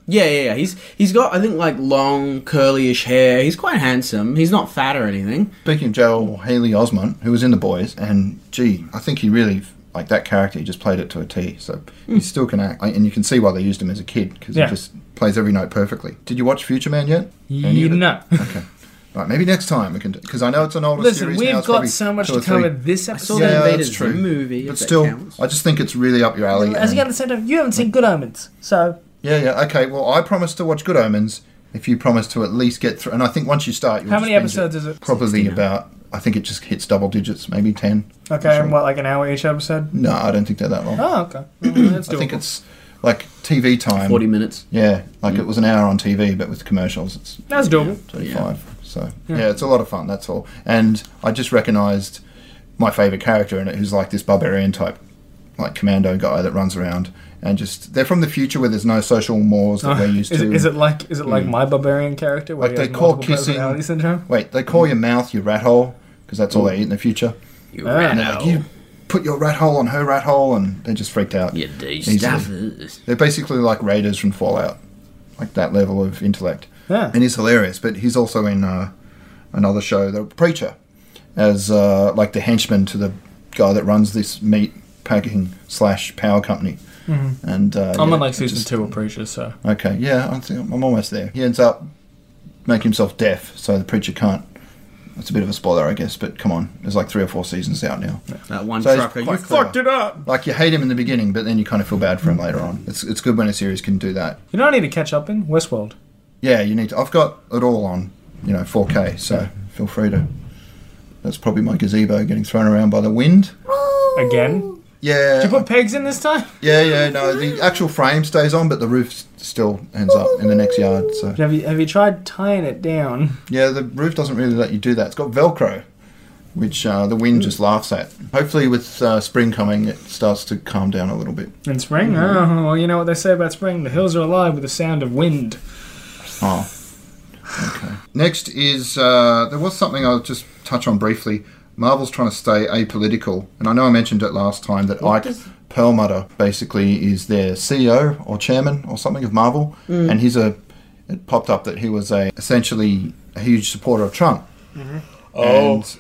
C: Yeah, yeah, yeah. He's he's got I think like long curlyish hair. He's quite handsome. He's not fat or anything.
A: Speaking of Joel Haley Osmond, who was in The Boys, and gee, I think he really like that character. He just played it to a T, so he still can act, and you can see why they used him as a kid because
B: Hmm. Yeah.
A: he just plays every note perfectly. Did you watch Future Man yet? Any
B: you
A: of it?
B: know.
A: Okay. Right, maybe next time we can do because I know it's an older
B: Listen,
A: series. now,
B: we've
A: it's probably
B: got so much
A: two
B: to
A: or three.
B: cover this
C: saw
B: episode.
A: Yeah,
C: the Invader
A: that's true.
C: Zim movie.
A: But
C: if that
A: still,
C: counts.
A: I just think it's really up your alley.
B: As
A: and-
B: again, at the same time, you haven't seen Good Omens, so
A: yeah, yeah, okay. Well, I promise to watch Good Omens if you promise to at least get through. And I think once you start, you'll
B: how
A: just
B: many
A: binge
B: episodes is it?
A: It. Probably about. I think it just hits double digits, maybe ten.
B: Okay, and what, like an hour each episode?
A: No, I don't think they're that long.
B: Oh, okay. Well, that's
A: I think
B: doable.
A: it's like TV time.
C: forty minutes.
A: Yeah, like it was an hour on TV, but with commercials, it's
B: That's doable.
A: 25. So, yeah. it's a lot of fun, that's all. And I just recognised my favourite character in it, who's like this barbarian type, like commando guy that runs around. And just, they're from the future where there's no social mores that we're used
B: Oh, is,
A: to.
B: it, is it like is it like my barbarian character? Where
A: Like
B: he
A: they
B: has
A: call
B: multiple
A: kissing-
B: personality syndrome.
A: Wait, they call your mouth your rat hole, because that's all they eat in the future.
C: You
B: Ah.
A: And they're like, you put your rat hole on her rat hole, and they're just freaked out.
C: You do
A: Easily.
C: stuff.
A: They're basically like raiders from Fallout, like that level of intellect.
B: Yeah.
A: and he's hilarious. But he's also in uh, another show, The Preacher, as uh, like the henchman to the guy that runs this meat packing slash power company. And uh,
B: Mm-hmm. I'm
A: yeah,
B: on like
A: it
B: season
A: just-
B: two of Preacher, so
A: Okay, yeah, I think I'm almost there. He ends up making himself deaf, so the preacher can't. It's a bit of a spoiler, I guess, but come on, there's like three or four seasons out now.
C: That one
A: So it's
C: trucker. You
A: quite clever.
C: fucked it up.
A: Like you hate him in the beginning, but then you kind of feel bad for him later on. It's it's good when a series can do that.
B: you know what I need to catch up in Westworld.
A: yeah, you need to. I've got it all on, you know, 4K, so feel free to. That's probably my gazebo getting thrown around by the wind.
B: Again?
A: Yeah,
B: Did you put pegs in this time?
A: yeah, yeah. No, the actual frame stays on, but the roof s- still ends up in the next yard. So
B: Have you have you tried tying it down?
A: yeah, the roof doesn't really let you do that. It's got Velcro, which uh, the wind just laughs at. Hopefully, with uh, spring coming, it starts to calm down a little bit.
B: In spring?
A: Mm-hmm.
B: Oh, well, you know what they say about spring. The hills are alive with the sound of wind.
A: Oh. Okay. Next is uh, there was something I'll just touch on briefly. Marvel's trying to stay apolitical, and I know I mentioned it last time that Ike Perlmutter basically is their CEO or chairman or something of Marvel, and he's a. It popped up that he was a essentially a huge supporter of Trump.
D: Oh.
A: And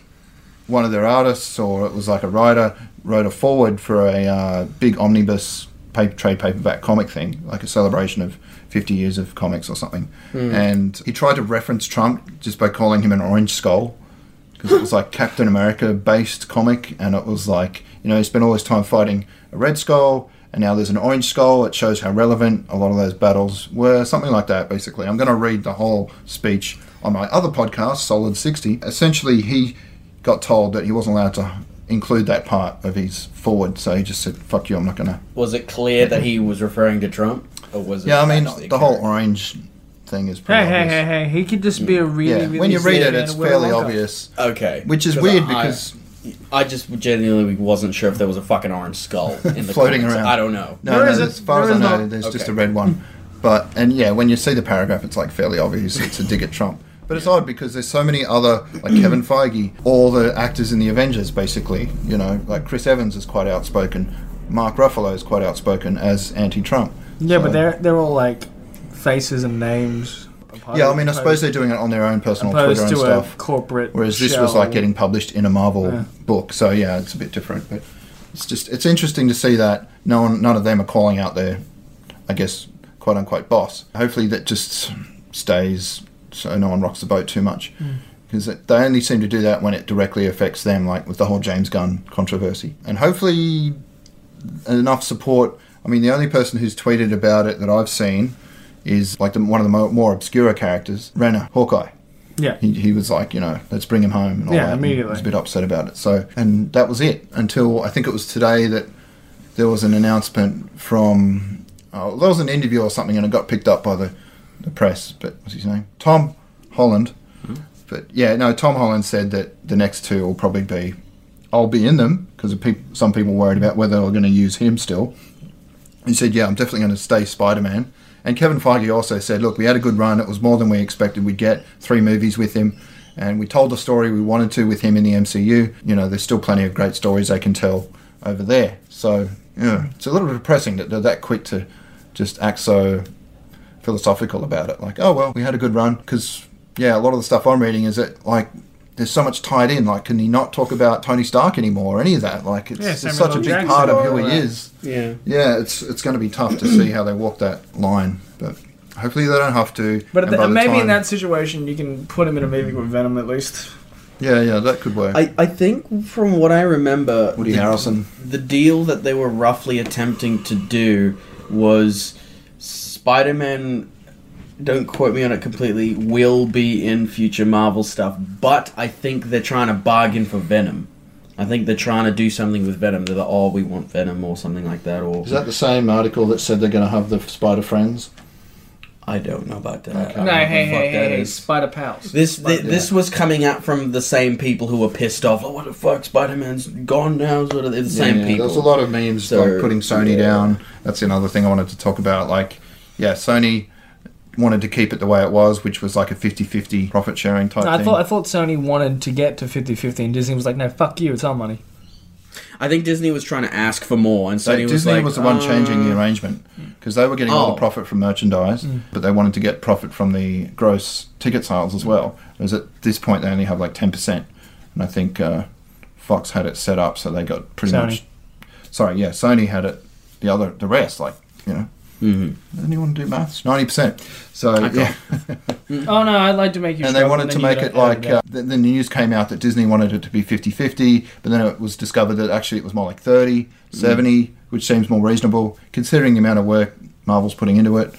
A: one of their artists, or it was like a writer, wrote a forward for a uh, big omnibus paper, trade paperback comic thing, like a celebration of 50 years of comics or something. And he tried to reference Trump just by calling him an orange skull. Because it was like Captain America based comic, and it was like, you know, he spent all his time fighting a red skull, and now there's an orange skull. It shows how relevant a lot of those battles were, something like that, basically. I'm going to read the whole speech on my other podcast, Solid 60. Essentially, he got told that he wasn't allowed to include that part of his forward, so he just said, fuck you, I'm not going to.
D: Was it clear that he was referring to Trump, or was it?
A: Yeah, I mean,
D: actually
A: the whole
D: clear?
A: orange thing is
B: Hey,
A: pretty
B: hey,
A: obvious.
B: hey, hey! He could just be a really,
A: Yeah,
B: really.
A: when you read
B: smart
A: it,
B: man
A: it's
B: with a
A: fairly
B: Wonka.
A: obvious.
D: Okay,
A: Which is
D: 'Cause
A: weird
D: I-
A: because
D: I just genuinely wasn't sure if there was a fucking orange skull in the
A: Floating
D: comments.
A: around.
D: I don't know.
A: No,
B: There
A: no,
B: isn't-
A: as far as
B: there
A: I
B: is
A: know,
B: not.
A: there's just a
D: Okay.
A: red one. But and yeah, when you see the paragraph, it's like fairly obvious it's a dig at Trump. But it's odd because there's so many other like Kevin Feige, all the actors in the Avengers, basically. You know, like Chris Evans is quite outspoken, Mark Ruffalo is quite outspoken as anti-Trump.
B: Yeah,
A: So-
B: but they're they're all like faces and names.
A: yeah. I mean, I suppose they're doing it on their own personal Twitter
B: opposed
A: and
B: to a
A: stuff.
B: corporate.
A: Whereas this was like getting published in a Marvel book, so yeah, it's a bit different. But it's just it's interesting to see that no one, none of them are calling out their, I guess, quote unquote boss. Hopefully that just stays so no one rocks the boat too much, because they only seem to do that when it directly affects them, like with the whole James Gunn controversy. And hopefully enough support. I mean, the only person who's tweeted about it that I've seen is like the, one of the mo- more obscure characters, Renner Hawkeye
B: yeah.
A: he, he was like, you know, let's bring him home and all
B: Yeah,
A: that. and
B: immediately.
A: He was a bit upset about it. So, and that was it until I think it was today that there was an announcement from, oh, there was an interview or something and it got picked up by the, the press. But what's his name? Tom Holland.
B: Hmm.
A: But yeah, no, Tom Holland said that the next two will probably be, I'll be in them because peop some people worried about whether they're going to use him still. He said, "Yeah, I'm definitely going to stay Spider-Man." And Kevin Feige also said, "Look, we had a good run. It was more than we expected we'd get. Three movies with him, and we told the story we wanted to with him in the MCU. You know, there's still plenty of great stories they can tell over there. So, yeah, it's a little bit depressing that they're that quick to just act so philosophical about it. Like, oh well, we had a good run because yeah, a lot of the stuff I'm reading is that like." There's so much tied in. Like, can he not talk about Tony Stark anymore or any of that? Like, it's,
B: Yeah,
A: it's
B: Samuel
A: such a
B: L.
A: big
B: Jackson uh,
A: part of
B: and
A: who
B: all
A: he
B: that.
A: is.
D: Yeah.
A: Yeah, it's it's going to be tough to see how they walk that line, but Hopefully they don't have to.
B: But
A: and
B: th-
A: by the
B: maybe in
A: time-
B: that situation, you can put him in a movie with Venom at least.
A: Yeah, yeah, that could work.
D: I, I think from what I remember,
A: Woody
D: the,
A: Harrelson.
D: the deal that they were roughly attempting to do was Spider-Man. Don't quote me on it completely. Will be in future Marvel stuff, but I think they're trying to bargain for Venom. I think they're trying to do something with Venom. They're like, oh, we want Venom or something like that. Or
A: Is that the same article that said they're going to have the Spider Friends?
D: I don't know about that. I
A: Okay.
D: don't know what the fuck that is.
B: Spider Pals.
D: This th- this was coming out from the same people who were pissed off. Oh, what the fuck? Spider Man's gone now. Sort of, they're the same
A: yeah,
D: people.
A: There's a lot of memes
D: So,
A: like putting Sony
D: yeah.
A: down. That's another thing I wanted to talk about. Like, yeah, Sony wanted to keep it the way it was, which was like a 50-50 profit sharing type
B: I
A: thing.
B: thought I thought Sony wanted to get to 50-50 and Disney was like, no, fuck you, it's our money.
D: I think Disney was trying to ask for more, and
A: So
D: Sony
A: Disney
D: was like,
A: the one
D: "Uh,
A: changing the arrangement because they were getting all
D: Oh. Mm.
A: the profit from merchandise, but they wanted to get profit from the gross ticket sales as well. Whereas at this point, they only have like ten percent, and I think uh, Fox had it set up so they got pretty
B: Sony.
A: much. Sorry, yeah, Sony had it. The other, the rest, like you know, mm-hmm. anyone do maths? Ninety percent. So yeah,
B: Oh no, I'd like to make you.
A: and they
B: struggle,
A: wanted to
B: then you
A: make
B: gotta
A: it
B: edit
A: like uh, the, the news came out that Disney wanted it to be 50-50 but then it was discovered that actually it was more like 30
B: Hmm.
A: 70 which seems more reasonable considering the amount of work Marvel's putting into it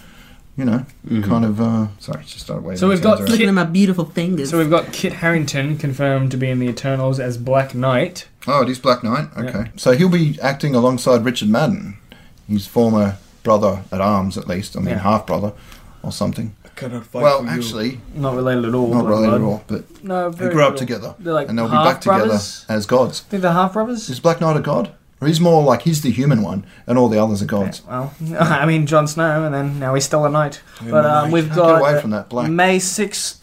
A: you know kind of uh, sorry just started waving
B: Mm-hmm. So we've
A: my hands
B: got
A: around.
B: Kit-
C: my beautiful
A: uh,
C: fingers.
B: So we've got Kit Harrington confirmed to be in the Eternals as Black Knight.
A: oh it is Black Knight okay so he'll be acting alongside Richard Madden his former brother at arms at least I mean
B: Yeah.
A: half brother or something
D: I cannot fight for
A: well
D: you.
A: actually
B: Not related at all.
A: not
B: Blood
A: really at
B: Blood.
A: all but
B: No,
A: they
B: very
A: grew up
B: little.
A: together
B: They're like
A: and they'll be
B: half
A: back together
B: brothers?
A: as gods
B: Think they're half brothers.
A: Is Black Knight a god? Or he's more like he's the human one, and all the others are gods.
B: Well, I mean Jon Snow, and then now he's still a knight. But um,
D: knight.
B: we've
A: Can't
B: got
A: get away
B: uh,
A: from that black
B: May 6,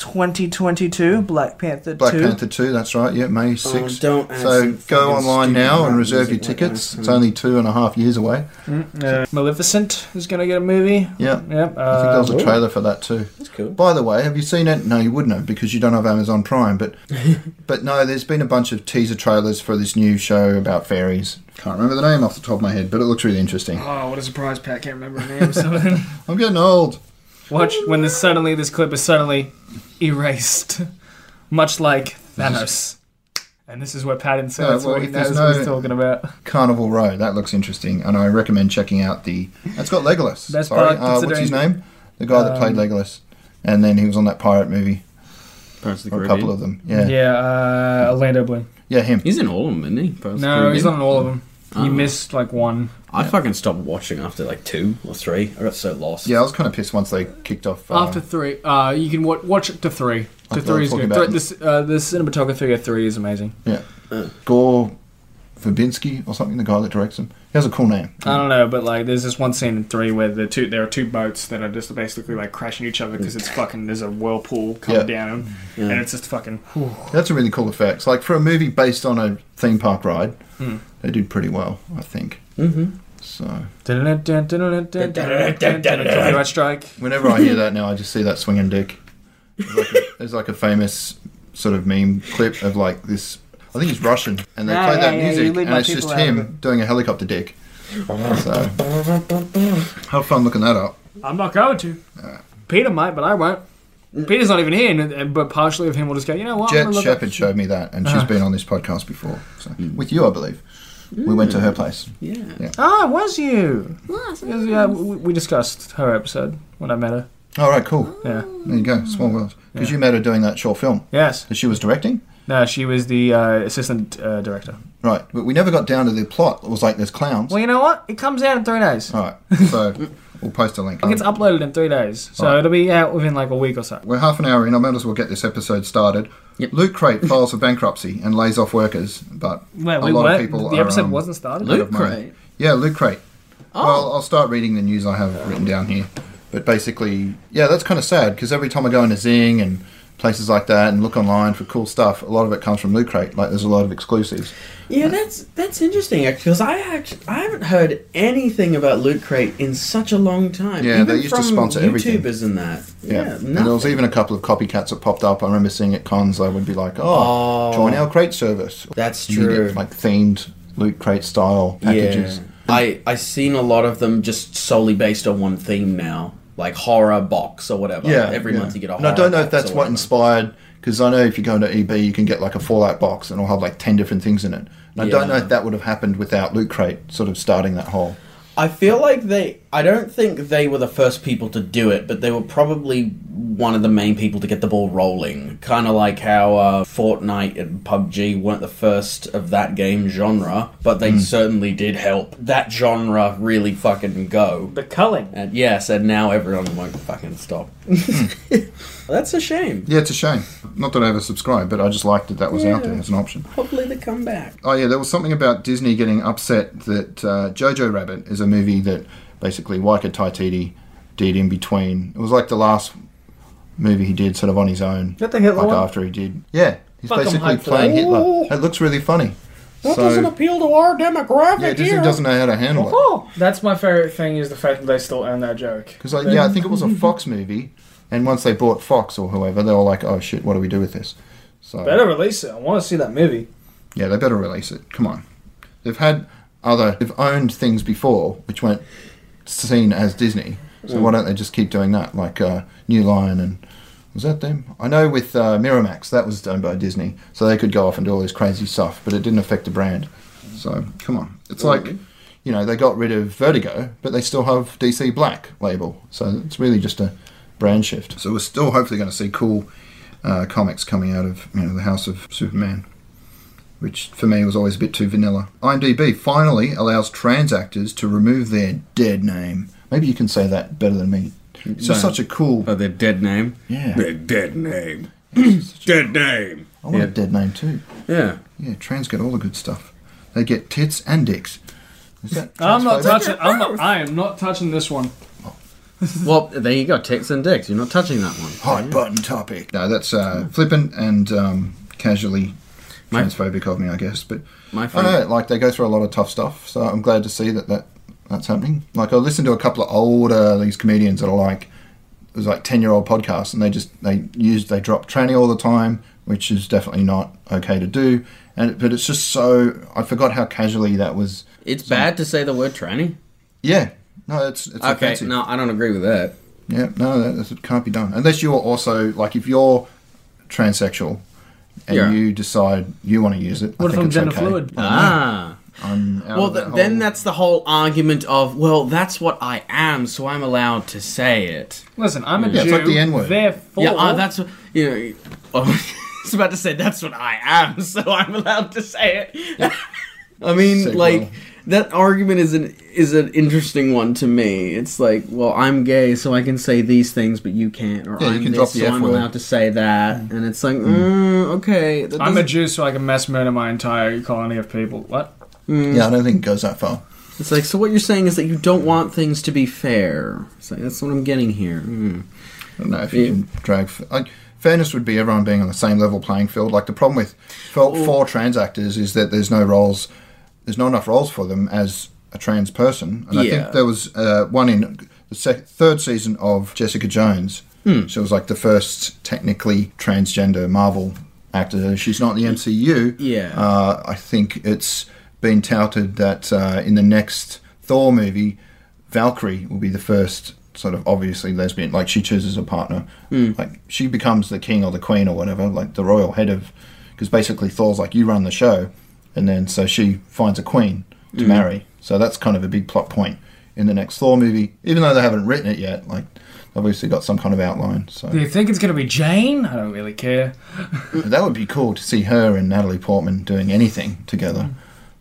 B: 2022, Black Panther
A: Black
B: 2.
A: Panther two. That's right. Yeah, May
D: Oh,
A: sixth.
D: don't add
A: so
D: some
A: go
D: fucking
A: online
D: stupid
A: now and
D: rap
A: reserve your
D: music like
A: tickets.
D: that.
A: it's only two and a half years away.
B: Uh, Maleficent is going to get a movie.
A: Yeah.
B: Yep.
A: I think there was
B: Uh,
A: a trailer for that too.
D: That's cool.
A: By the way, have you seen it? No, you wouldn't have because you don't have Amazon Prime. But but no, there's been a bunch of teaser trailers for this new show about fairies. Can't remember the name off the top of my head, but it looks really interesting.
B: oh, what a surprise, Pat. Can't remember her name or something.
A: I'm getting old.
B: Watch when this suddenly this clip is suddenly erased, much like Thanos. And this is where Pattinson
A: No,
B: that's
A: well,
B: what he
A: if there's
B: knows what he's
A: no-
B: talking about.
A: Carnival Row. That looks interesting, and I recommend checking out the. That's got Legolas.
B: Best
A: Sorry,
B: part,
A: uh, what's his
B: considering-
A: name? The guy that played Legolas, and then he was on that pirate movie.
D: Pirates of the
A: Or a
D: Caribbean.
A: couple of them.
B: Yeah,
A: Yeah, yeah,
B: uh, Orlando Bloom.
A: him.
D: He's in all of them, isn't he? Pirates of the
B: No, he's
D: Caribbean?
B: not in all of them. He
D: Oh.
B: missed like one.
D: I fucking stopped watching after like two or three. I got so lost.
A: Yeah, I was kind of pissed once they kicked off. Uh,
B: After three, uh, you can watch, watch it to three. To
A: Okay,
B: three is
A: I'll
B: good.
A: talk about
B: Th- this, uh, the cinematography of three is amazing.
A: yeah, Gore Verbinski or something. The guy that directs him. He has a cool name.
B: I don't know, but like, there's this one scene in three where the two there are two boats that are just basically like crashing each other because it's fucking there's a whirlpool coming
A: Yeah.
B: down and it's just fucking.
A: That's a really cool effects. Like for a movie based on a theme park ride, they did pretty well, I think. Mm-hmm. So
B: Copyright strike.
A: Whenever I hear that now, I just see that swinging dick. There's like a, there's like a famous sort of meme clip of like this. I think it's Russian, and they
B: Yeah,
A: play
B: Ah, yeah,
A: that
B: yeah, you
A: music,
B: leave
A: and
B: my
A: it's just
B: people out of
A: him doing a helicopter dick. So, have fun looking that up.
B: I'm not going to. Peter might, but I won't. Peter's not even here, and- and, but partially of him will just go. You know what? I'm
A: Jet
B: gonna look up- Uh-huh.
A: Shepherd showed me that, and she's been on this podcast before, so with you, I believe. We went to her place.
D: Yeah.
B: Ah, it was you? Yes, yeah, we, we discussed her episode when I met her.
A: All right, cool.
B: Yeah.
A: There you go, small world. Because you met her doing that short film
B: Yes.
A: that she was directing.
B: No, she was the uh, assistant uh, director.
A: Right, but we never got down to the plot. It was like there's clowns.
B: Well, you know what? It comes out in three days.
A: All right, so we'll post a link.
B: It gets uploaded in three days, so
A: Alright.
B: it'll be out within like a week or so.
A: We're half an hour in. I might as well get this episode started. Loot Crate files for bankruptcy and lays off workers, but
B: Wait,
A: a
B: wait,
A: lot
B: what?
A: of people
B: the
A: are,
B: episode
A: um,
B: wasn't started.
A: out of
D: Loot
A: money.
D: Crate?
A: Yeah, Loot Crate. Well, I'll start reading the news I have written down here. But basically, yeah, that's kind of sad because every time I go into Zing and places like that and look online for cool stuff, a lot of it comes from Loot Crate. Like there's a lot of exclusives.
D: Yeah, that's that's interesting actually, because I actually I haven't heard anything about Loot Crate in such a long time.
A: Yeah, they used to
D: from
A: sponsor
D: YouTubers
A: everything.
D: and that. Yeah,
A: and there was
D: nothing.
A: even a couple of copycats that popped up. I remember seeing at cons they would be like, "Oh,
D: Oh.
A: join our crate service."
D: That's
A: You get,
D: true.
A: like themed Loot Crate style packages.
D: Yeah. I I seen a lot of them just solely based on one theme now. like horror box or whatever.
A: Yeah,
D: every
A: yeah.
D: month you get a
A: And
D: horror.
A: I don't know if
D: box
A: that's
D: or
A: what
D: whatever.
A: inspired because I know if you go into EB, you can get like a Fallout box and it'll have like ten different things in it. And I don't know
D: Yeah.
A: if that would have happened without Loot Crate sort of starting that whole.
D: I feel like they. I don't think they were the first people to do it, but they were probably one of the main people to get the ball rolling. Kind of like how uh, Fortnite and PUBG weren't the first of that game genre, but they certainly did help that genre really fucking go.
B: But culling.
D: And yes, and now everyone won't fucking stop. That's a shame.
A: Yeah, it's a shame. Not that I ever subscribed, but I just liked that that was out there as an option.
D: Hopefully they come back.
A: Oh yeah, there was something about Disney getting upset that uh, Jojo Rabbit is a movie that basically Waika Waititi did in between. It was like the last movie he did sort of on his own.
B: Not the Hitler
A: like
B: one?
A: after he did. Yeah, he's
B: Fuck, I'm
A: basically
B: hyped for
A: playing
B: that.
A: Hitler.
D: Ooh.
A: It looks really funny.
D: That
A: So-
D: doesn't appeal to our demographic
A: Yeah, Disney
D: here.
A: doesn't know how to handle it.
B: Oh, that's my favorite thing is the fact that they still own that joke.
A: Because yeah, I think it was a Fox movie, and once they bought Fox or whoever, they were like, "Oh shit, what do we do with this?" So
B: Better release it. I want to see that movie.
A: yeah, they better release it. Come on, they've had other, they've owned things before which weren't seen as Disney. So why don't they just keep doing that, like uh, New Lion and was that them? I know with uh, Miramax that was done by Disney, so they could go off and do all this crazy stuff, but it didn't affect the brand. So come on, it's like. You know, they got rid of Vertigo, but they still have DC Black label. So it's really just a brand shift. So we're still hopefully going to see cool uh, comics coming out of you know the House of Superman which for me was always a bit too vanilla. IMDb finally allows trans actors to remove their dead name. Maybe you can say that better than me. It's just
D: No.
A: such a cool.
D: Oh, their dead name.
A: Yeah.
D: Their dead name. dead name.
A: I want a dead name too.
D: Yeah.
A: Yeah, trans get all the good stuff. They get tits and dicks. Is that
B: I'm not
A: transphobic?
B: touching. I'm not, I am not touching this one.
C: Well, there you go, tits and dicks. You're not touching that one.
A: Hot button topic. No, that's uh, flippant and um, casually transphobic of me, I guess. But
C: My
A: I
C: friend.
A: know, like they go through a lot of tough stuff, so I'm glad to see that, that that's happening. Like I listened to a couple of older these comedians that are like it was like ten year old podcasts, and they just they use they drop tranny all the time, which is definitely not okay to do. And but it's just so I forgot how casually that was.
C: It's bad to say the word tranny.
A: Yeah, no, it's it's
C: Okay,
A: offensive.
C: no, I don't agree with that.
A: Yeah, no, that, that can't be done unless you're also like if you're transsexual and
C: Yeah.
A: you decide you want to use it.
B: What if
A: I think
B: I'm
A: it's
B: gender
A: okay.
B: fluid?
C: Ah.
A: I'm out
C: Well,
A: of that
C: th- then
A: whole-
C: that's the whole argument of, well, that's what I am, so I'm allowed to say it.
B: Listen, I'm a
A: Yeah,
B: Jew.
A: it's like the N-word.
B: Therefore,
C: Yeah, uh, that's what, you know, oh, I was about to say, that's what I am, so I'm allowed to say it.
D: I mean,
A: Sick,
D: like
A: well.
D: that argument is an is an interesting one to me. It's like, well, I'm gay, so I can say these things, but you can't, or
A: Yeah, you
D: I'm
A: can
D: this,
A: drop the
D: so
A: F
D: I'm
A: word.
D: allowed to say that, and it's like, mm, okay, that
B: I'm a
D: doesn't-
B: Jew, so I can mass murder my entire colony of people. What?
A: yeah, I don't think it goes that far.
D: it's like, so what you're saying is that you don't want things to be fair. It's like that's what I'm getting here. Mm.
A: I don't know if you can drag. Like, fairness would be everyone being on the same level playing field. Like the problem with for, for trans actors is that there's no roles, there's not enough roles for them as a trans person. And I
D: Yeah.
A: think there was uh, one in the sec- third season of Jessica Jones.
D: Hmm.
A: She was like the first technically transgender Marvel actor. She's not in the MCU.
D: Yeah.
A: Uh, I think it's been touted that uh, in the next Thor movie, Valkyrie will be the first sort of obviously lesbian. Like she chooses a partner. Like she becomes the king or the queen or whatever, like the royal head of. Because basically Thor's like, you run the show. And then so she finds a queen to marry. So that's kind of a big plot point in the next Thor movie, even though they haven't written it yet. Like, obviously got some kind of outline. So
B: Do you think it's gonna be Jane? I don't really care.
A: that would be cool to see her and Natalie Portman doing anything
B: Mm.
A: together.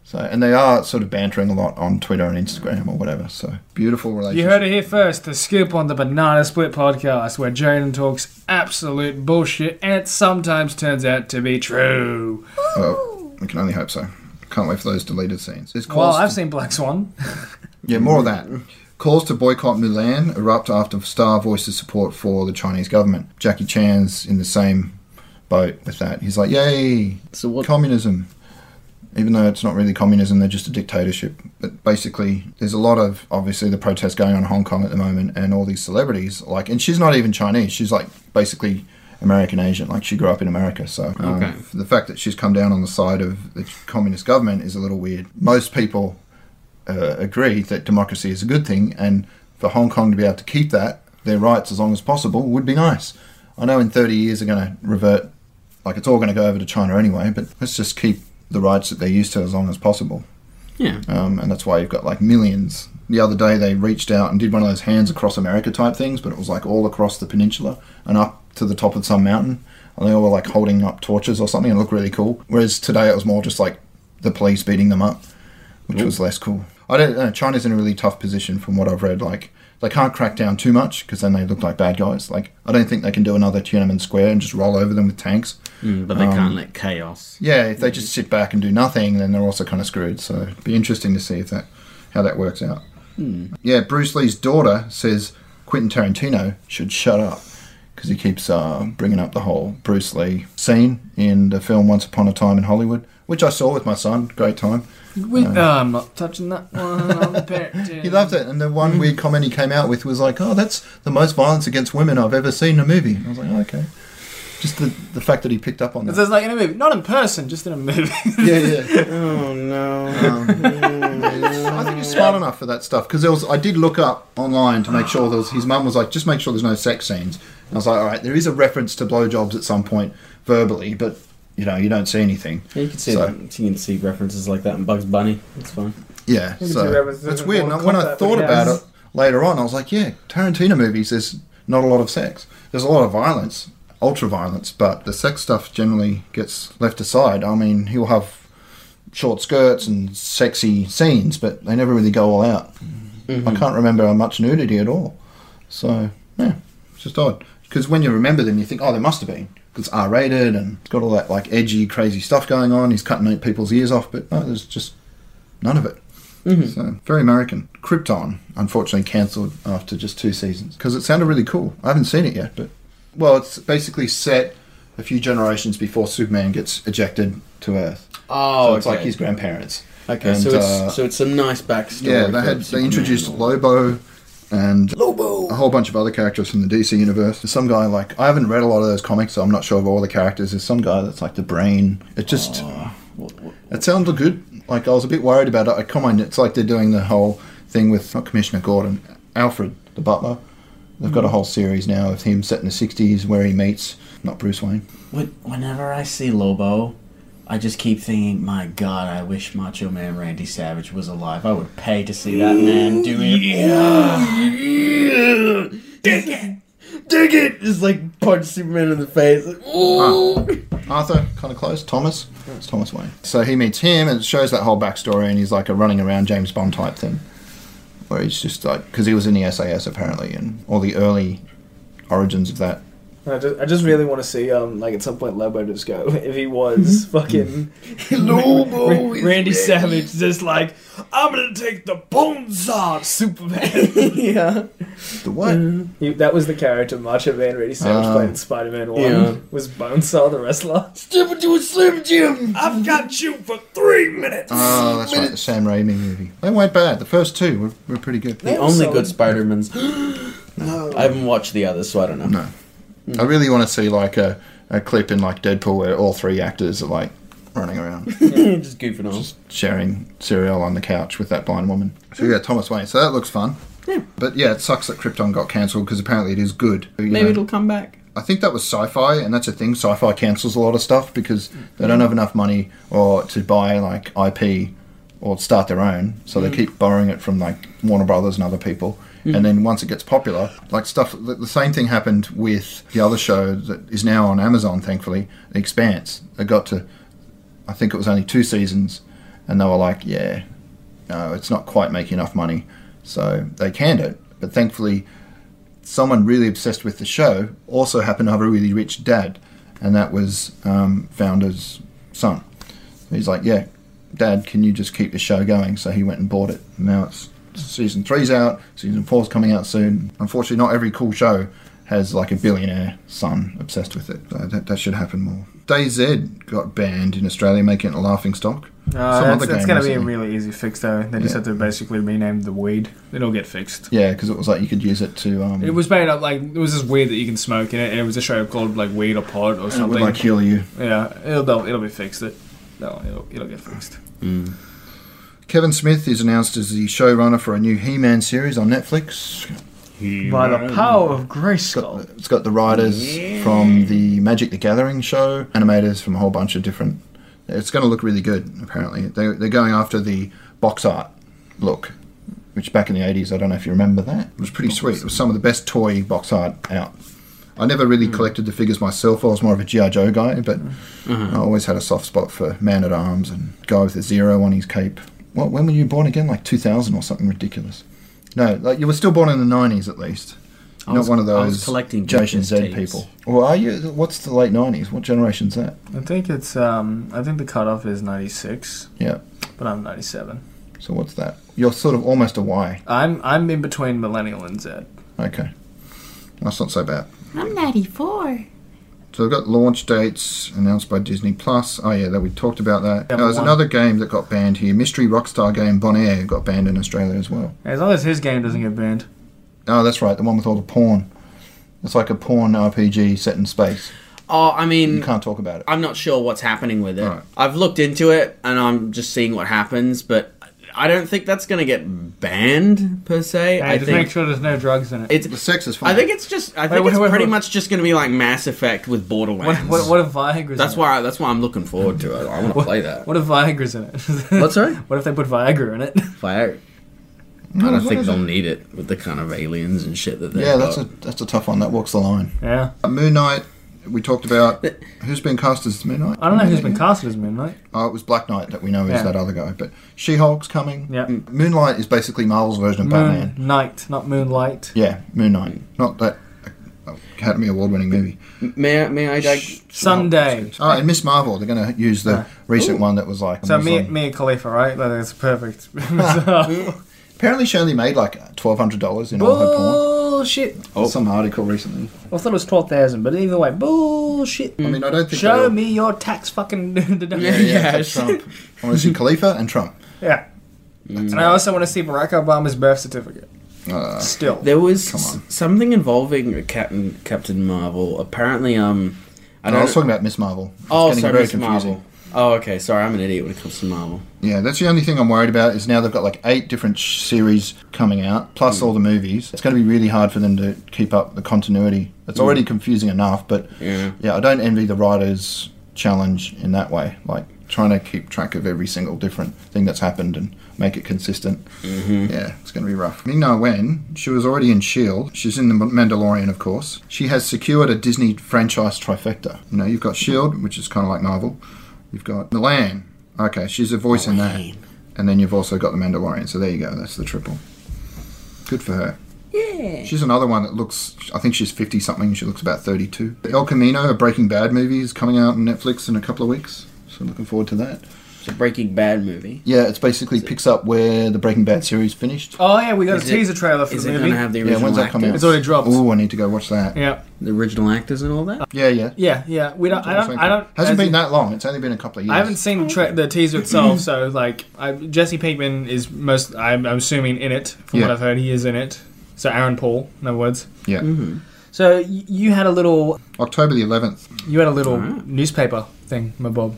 A: So, and they are sort of bantering a lot on Twitter and Instagram or whatever. So beautiful relationship.
B: You heard it here first. The scoop on the Banana Split podcast, where Jane talks absolute bullshit, and it sometimes turns out to be true.
A: Well, we can only hope so. Can't wait for those deleted scenes. There's
B: Well,
A: calls.
B: I've seen Black Swan.
A: yeah, more of that. Calls to boycott Milan erupt after Star voices support for the Chinese government. Jackie Chan's in the same boat with that. He's like, "Yay,
D: So what?
A: communism. Even though it's not really communism, they're just a dictatorship. But basically, there's a lot of obviously the protests going on in Hong Kong at the moment, and all these celebrities like, and she's not even Chinese. She's like basically American Asian. Like she grew up in America, so um,
C: Okay.
A: the fact that she's come down on the side of the communist government is a little weird. Most people uh, agree that democracy is a good thing, and for Hong Kong to be able to keep that their rights as long as possible would be nice. I know in 30 years they're going to revert, like it's all going to go over to China anyway, but let's just keep the rights that they're used to as long as possible.
C: Yeah.
A: Um, and that's why you've got like millions. The other day they reached out and did one of those hands across America type things, but it was like all across the peninsula and up to the top of some mountain. And they all were like holding up torches or something and it looked really cool. Whereas today it was more just like the police beating them up, which was less cool. I don't know. China's in a really tough position from what I've read. Like, they can't crack down too much because then they look like bad guys. Like, I don't think they can do another Tiananmen Square and just roll over them with tanks.
C: Mm,
D: Um,
C: but they can't let chaos.
A: Yeah, if they just sit back and do nothing, then they're also kind of screwed. So it'd be interesting to see if that how that works out. Yeah, Bruce Lee's daughter says Quentin Tarantino should shut up because he keeps uh, bringing up the whole Bruce Lee scene in the film Once Upon a Time in Hollywood, which I saw with my son. Great time.
B: We, uh, I'm not touching that one. I'm petting.
A: He loved it. And the one weird comment he came out with was like, "Oh, that's the most violence against women I've ever seen in a movie." And I was like, oh, "Okay." Just the, the fact that he picked up on that.
B: So it's like in a movie, not in person, just in a movie.
A: yeah, yeah.
D: Oh no.
A: I think he's smart enough for that stuff because there was. I did look up online to make sure there was. His mum was like, just make sure there's no sex scenes. And I was like, all right, there is a reference to blowjobs at some point verbally, but you know, you don't see anything.
D: Yeah, you can see
A: So-
D: that. you can see references like that in Bugs Bunny. It's fun.
A: Yeah,
B: can see
A: so
B: references
A: it's
B: in
A: weird.
B: Mortal
A: And when I
B: Kombat,
A: thought
B: but
A: about
B: yes.
A: it later on, I was like, yeah, Tarantino movies. There's not a lot of sex. There's a lot of violence, ultra violence, but the sex stuff generally gets left aside. I mean, he'll have short skirts and sexy scenes, but they never really go all out. I can't remember much nudity at all. So, yeah, it's just odd. Because when you remember them, you think, oh, there must have been. Because it's R rated and it's got all that like edgy, crazy stuff going on. He's cutting people's ears off, but no, there's just none of it.
D: Hmm.
A: So, very American. Krypton, unfortunately, cancelled after just two seasons. Because it sounded really cool. I haven't seen it yet, but. Well, it's basically set a few generations before Superman gets ejected to Earth.
D: Oh,
A: so it's like his grandparents.
D: Okay,
A: And,
D: so it's
A: uh,
D: so it's some nice backstory.
A: Yeah, they
D: for
A: had they
D: Superman.
A: introduced Lobo and
D: Lobo.
A: a whole bunch of other characters from the DC universe. There's some guy like I haven't read a lot of those comics, so I'm not sure of all the characters. There's some guy that's like the brain. It just it sounded good. Like I was a bit worried about it. I come on, it's like they're doing the whole thing with not Commissioner Gordon, Alfred the Butler. They've got a whole series now of him set in the '60s where he meets not Bruce Wayne.
C: When- Whenever I see Lobo, I just keep thinking, my God, I wish Macho Man Randy Savage was alive. I would pay to see that man do it.
D: Dig it! Dig it! Just like punch Superman in the face. Like, ooh.
A: Arthur, kind of close. Thomas, it's Thomas Wayne. So he meets him, and it shows that whole backstory, and he's like a running around James Bond type thing, where he's just like because he was in the SAS apparently, and all the early origins of that.
B: I just, I just really want to see, um, like at some point, Lobo just go if he was fucking
D: Lobo is
B: Randy
D: dead.
B: Savage, just like I'm gonna take the bones off Superman.
D: yeah.
A: The what?
B: he, that was the character Macho Man Randy Savage
A: Ah.
B: played in Spider-Man One.
D: Yeah.
B: Was Bonesaw the wrestler?
D: Step into a Slim Jim!
B: I've got you for three minutes.
A: Oh, that's right, the Sam Raimi movie. They weren't bad. The first two were, were pretty good.
D: The
B: Yeah,
D: only
B: so- Oh.
D: good Spider-Man's. I haven't watched the others, so I don't know.
A: No. I really want to see like a, a clip in like Deadpool where all three actors are like running around.
D: Just goofing off.
A: sharing cereal on the couch with that blind woman. So yeah, Thomas Wayne. So that looks fun. But yeah, it sucks that Krypton got cancelled because apparently it is good. You
C: Maybe
A: know,
C: it'll come back.
A: I think that was sci-fi, and that's a thing. Sci-fi cancels a lot of stuff because they don't have enough money or to buy like IP or start their own, so they keep borrowing it from like Warner Brothers and other people. And then once it gets popular, like stuff, the, the same thing happened with the other show that is now on Amazon, thankfully, The Expanse. They got to, I think it was only two seasons, and they were like, yeah, no, it's not quite making enough money, so they canned it. But thankfully, someone really obsessed with the show also happened to have a really rich dad, and that was um, founder's son. He's like, yeah, dad, can you just keep the show going? So he went and bought it. And now it's season three's out, season four's coming out soon. Unfortunately, not every cool show has like a billionaire son obsessed with it. So that, that should happen more. DayZ got banned in Australia, making it a laughing stock.
B: that's Uh, that's
A: game
B: gonna be a
A: recently.
B: really easy fix though. They just
A: Yeah.
B: have to basically rename the weed. It'll get fixed.
A: Yeah, because it was like you could use it to. Um,
B: It was made up like it was just weird that you can smoke in it, and it was a show called like Weed or Pod or
A: and it would
B: something.
A: like heal you.
B: yeah, it'll they'll- it'll be fixed. It no, it'll it'll get fixed.
A: Kevin Smith is announced as the showrunner for a new He Man series on Netflix.
B: by the power of Grayskull.
A: Got- It's got the writers from the Magic the Gathering show, animators from a whole bunch of different. It's going to look really good, apparently. They, they're going after the box art look, which back in the 80s, I don't know if you remember that. It was pretty sweet. It was some of the best toy box art out. I never really collected the figures myself. I was more of a G.I. Joe guy, but
C: Mm-hmm.
A: I always had a soft spot for Man at Arms and guy with a zero on his cape. Well, when were you born again? Like 2000 or something ridiculous. No, like you were still born in the 90s at least.
C: I
A: Not
C: was-
A: one of those
C: I was collecting
A: Generation
C: Justice
A: Z
C: tapes.
A: people. Well, are you? What's the late nineties? What generation's that?
B: I think it's um I think the cutoff is ninety six,
A: Yeah.
B: but I'm ninety seven.
A: So what's that? You're sort of almost a Y.
B: I'm I'm in between millennial and Z.
A: Okay, that's not so bad.
E: I'm 94.
A: So we've got launch dates announced by Disney Plus. Oh yeah, that we talked about that.
B: Yeah,
A: there was
B: one.
A: another game that got banned here. Mystery Rockstar game Bon Air got banned in Australia as well.
B: As long as his game doesn't get banned.
A: Oh, that's right, the one with all the porn. It's like a porn RPG set in space.
D: Oh, I
A: You
D: mean,
A: can't talk about it.
D: I'm not sure what's happening with it.
A: Right.
D: I've looked into it and I'm just seeing what happens, but I don't think that's going to get banned per se.
B: Hey,
D: I
B: just
D: think
B: make sure there's no drugs in it.
D: it's.
A: The sex is fine.
D: I think it's just. I think
B: wait,
D: it's
B: wait,
D: pretty
B: wait.
D: much just going to be like Mass Effect with
B: what,
D: Borderlands.
B: what, what if Viagra's
D: that's
B: in it?
D: why. That's why I'm looking forward to it. I want to play that.
B: What if Viagra's in it?
D: What, sorry?
B: What if they put Viagra in it?
D: Fire. I
A: No,
D: don't
A: what
D: think
A: is
D: they'll
A: it?
D: need it with the kind of aliens and shit that they.
A: Yeah, that's a that's a tough one. That walks the line.
B: yeah.
A: Uh, Moon Knight, we talked about. Who's been cast as Moon Knight?
B: I don't know who's been casted as Moonlight.
A: Oh, it was Black Knight that we know is
B: Yeah.
A: that other guy. But She Hulk's coming.
B: Yeah.
A: Moonlight is basically Marvel's version of
B: Moon
A: Batman.
B: Knight, not Moonlight.
A: Yeah, Moon Knight. Not that uh, Academy Award winning movie.
D: May I, may I dig-
B: Someday.
A: Oh, and Miss Marvel. They're going to use the recent one that was like.
B: So me,
A: Muslim.
B: me and Khalifa, right? Like, that's perfect. So-
A: Apparently, she only made like $1,200 in all her porn.
B: Bullshit.
A: Some article recently.
B: I thought it was twelve thousand, but either way, bullshit.
A: I mean, I don't think.
B: Show
A: they'll-
B: me your tax fucking
A: Yeah,
B: deduction.
A: yeah, that's
D: Yes.
A: Trump. I want to see Khalifa and Trump.
B: Yeah. Mm. And I also want to see Barack Obama's birth certificate.
A: Uh,
B: Still.
D: There was
A: Come
D: s-
A: on.
D: something involving Captain Captain Marvel. Apparently, um, I
A: no,
D: don't.
A: I was talking about Miss Marvel. It's
D: oh,
A: getting
D: sorry,
A: very
D: Miss
A: confusing.
D: Marvel. Oh, okay. Sorry, I'm an idiot when it comes to Marvel.
A: Yeah, that's the only thing I'm worried about is now they've got like eight different sh- series coming out, plus all the movies. It's going to be really hard for them to keep up the continuity. It's already confusing enough, but
D: Yeah.
A: I don't envy the writers' challenge in that way. Like trying to keep track of every single different thing that's happened and make it consistent. Mm-hmm. Yeah, it's going to be rough. Ming Na Wen, she was already in Shield. E She's in the Mandalorian, of course. She has secured a Disney franchise trifecta. You know, you've got Shield, E which is kind of like Marvel. You've got Milan. Okay, she's a voice in that. And then you've also got the Mandalorian. So there you go. That's the triple. Good for her. Yeah. She's another one that looks. I think she's fifty something. She looks about thirty-two. The El Camino, a Breaking Bad movie, is coming out on Netflix in a couple of weeks. So looking forward to that.
D: It's a Breaking Bad movie.
A: Yeah, it's basically picks up where the Breaking Bad series finished.
B: Oh yeah, we got
D: Is
B: a
D: it-
B: teaser trailer for
D: Is
B: the
D: it
B: movie.
D: gonna have the
A: yeah,
D: original
A: when's that coming out?
D: actors?
B: It's already dropped.
A: Oh, I need to go watch that. Yeah,
B: yeah,
D: The original actors and all
B: Uh,
D: that.
A: yeah. yeah.
B: yeah, yeah. We don't. I don't. I don't.
A: Hasn't
B: as
A: been
B: in-
A: that long. It's only been a couple of years.
B: I haven't seen the, tra- the teaser itself, so like I, Jesse Pinkman is most. I'm, I'm assuming in it from what
A: Yeah.
B: I've heard, he is in it. So Aaron Paul, in other words.
A: Yeah.
B: Mm-hmm. So y- you had a little,
A: October the eleventh.
B: you had a little newspaper thing, my Bob.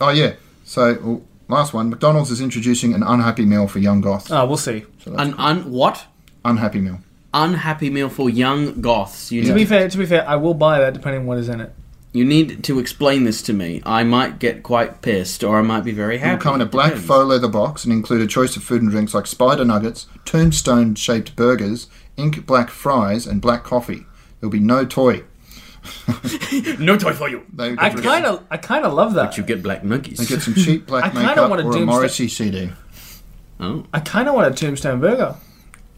A: Oh yeah. So well, last one. McDonald's is introducing an unhappy meal for young goths.
B: Oh, we'll see.
D: An un what?
A: Unhappy meal.
D: Unhappy meal for young goths. You
B: To
D: need,
B: be fair, to be fair, I will buy that depending on what is in it.
D: you need to explain this to me. I might get quite pissed, or I might be very
A: It
D: happy.
A: will come in a black
D: Depends.
A: faux leather box and include a choice of food and drinks like spider nuggets, tombstone shaped burgers, ink black fries, and black coffee. There'll be no toy.
D: No toy for you.
A: They
B: I kind of, I kind of love that.
D: You get black
A: They
D: nuggies.
A: get some cheap
B: I
A: black
B: kinda
A: makeup
B: want a
A: or a
B: doomsday-
A: Morrissey CD.
D: Oh,
B: I kind of want a tombstone burger.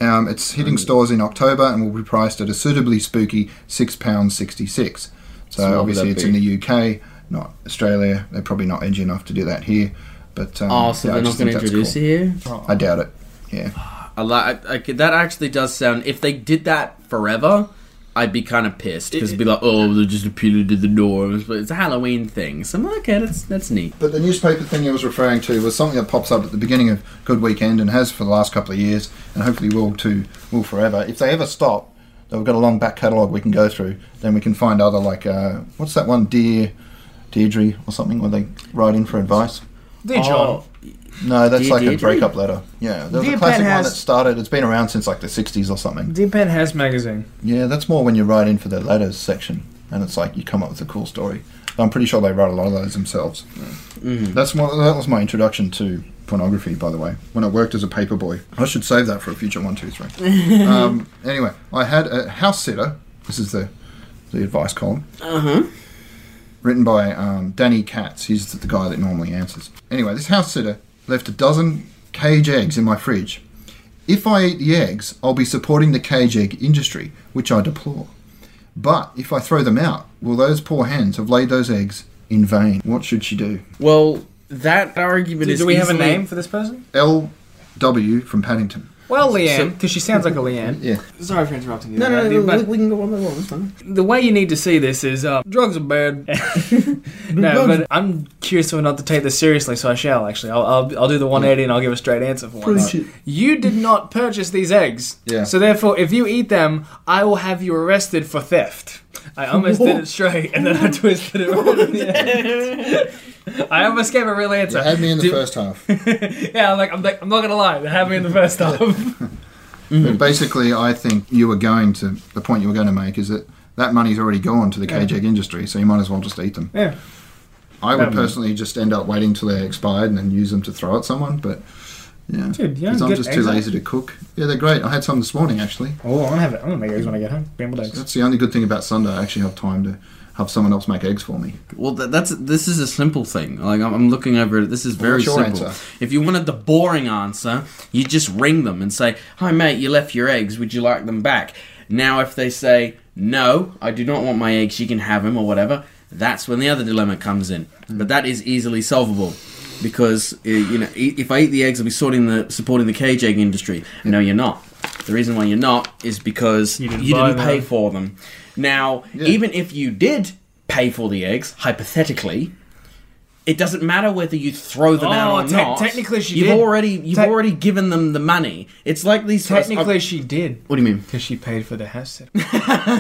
A: Um, it's hitting stores in October and will be priced at a suitably spooky six pounds sixty six. So
D: So what would
A: obviously
D: that
A: it's
D: be?
A: in the UK, not Australia. They're probably not edgy enough to do that here. But um,
D: oh, so
A: yeah, I
D: they're not
A: just
D: going to
A: think that's
D: introduce
A: cool.
D: it here.
A: I doubt it. Yeah.
D: I like I, could- that. Actually, does sound. If they did that forever, I'd be kind of pissed because it'd be like, oh, they just appealed to the norms, but it's a Halloween thing. So I'm like, okay, that's that's neat.
A: But the newspaper thing I was referring to was something that pops up at the beginning of Good Weekend and has for the last couple of years, and hopefully will too, will forever. If they ever stop, though we've got a long back catalogue we can go through, then we can find other like uh, what's that one, Dear Deirdre or something, where they write in for advice.
B: Dear John,
D: Oh,
A: No, that's
D: Dear
A: like a
D: Deirdre?
A: breakup letter. Yeah, there was
B: Dear
A: a classic
B: Pen
A: one
B: has-
A: that started. It's been around since like the '60s or something.
B: Deep Pen has magazine.
A: Yeah, that's more when you write in for the letters section, and it's like you come up with a cool story. I'm pretty sure they write a lot of those themselves. That's one. That was my introduction to pornography, by the way. When I worked as a paperboy, I should save that for a future one, two, three. um, anyway, I had a house sitter. This is the the advice column.
D: Uh huh.
A: written by um, Danny Katz. He's the guy that normally answers. Anyway, this house sitter left a dozen cage eggs in my fridge. If I eat the eggs, I'll be supporting the cage egg industry, which I deplore. But if I throw them out, will those poor hens have laid those eggs in vain? What should she do?
D: Well, that argument
B: Do,
D: is.
B: do we have a
D: easily-
B: name for this person?
A: L.W. from Paddington.
B: Well, Leanne, because she sounds like a Leanne.
A: Yeah.
B: Sorry for interrupting you.
D: No,
B: there,
D: no, no.
B: Andy,
D: we-
B: but
D: we can go one by one. It's fine.
B: the way you need to see this is uh, drugs are bad. no, but I'm curious enough to take this seriously, so I shall actually. I'll, I'll, I'll do the 180 and I'll give a straight answer for once. You did not purchase these eggs.
A: Yeah.
B: So therefore, if you eat them, I will have you arrested for theft. I almost did it straight, and then I twisted it. Right in the end. I almost gave a real answer.
A: You had me in the
B: Do-
A: first half.
B: yeah, I'm like I'm like I'm not gonna lie. They had me in the first half.
A: But basically, I think you were going to the point you were going to make is that that money's already gone to the cage egg industry, so you might as well just eat them.
B: yeah.
A: I would
B: Um,
A: personally just end up waiting till they expired and then use them to throw at someone, but yeah,
B: Dude, you don't
A: I'm
B: get
A: just too
B: eggs out-
A: lazy to cook. Yeah, they're great. I had some this morning actually.
B: Oh, I'm gonna have it. I'm gonna make eggs when I get home. Scrambled eggs.
A: That's the only good thing about Sunday. I actually have time to have someone else make eggs for me.
D: Well, that, that's this is a simple thing. Like I'm, I'm looking over it. This is very
A: what's your
D: simple.
A: answer?
D: If you wanted the boring answer, you just ring them and say, "Hi, mate, you left your eggs. Would you like them back?" Now, if they say, "No, I do not want my eggs. You can have them or whatever," that's when the other dilemma comes in.
A: Hmm.
D: But that is easily solvable. Because uh, you know, e- if I eat the eggs, I'll be sorting the supporting the cage egg industry. No, you're not. The reason why you're not is because you
B: didn't
D: didn't,
B: buy
D: pay
B: them.
D: for them. Now, even if you did pay for the eggs, hypothetically, it doesn't matter whether you throw them out
B: Oh,
D: or
B: te-
D: not.
B: technically she
D: you've
B: did.
D: already you've
B: Te-
D: already given them the money. It's like these
B: Technically, she did
D: what do you
B: because she paid for the house sitter.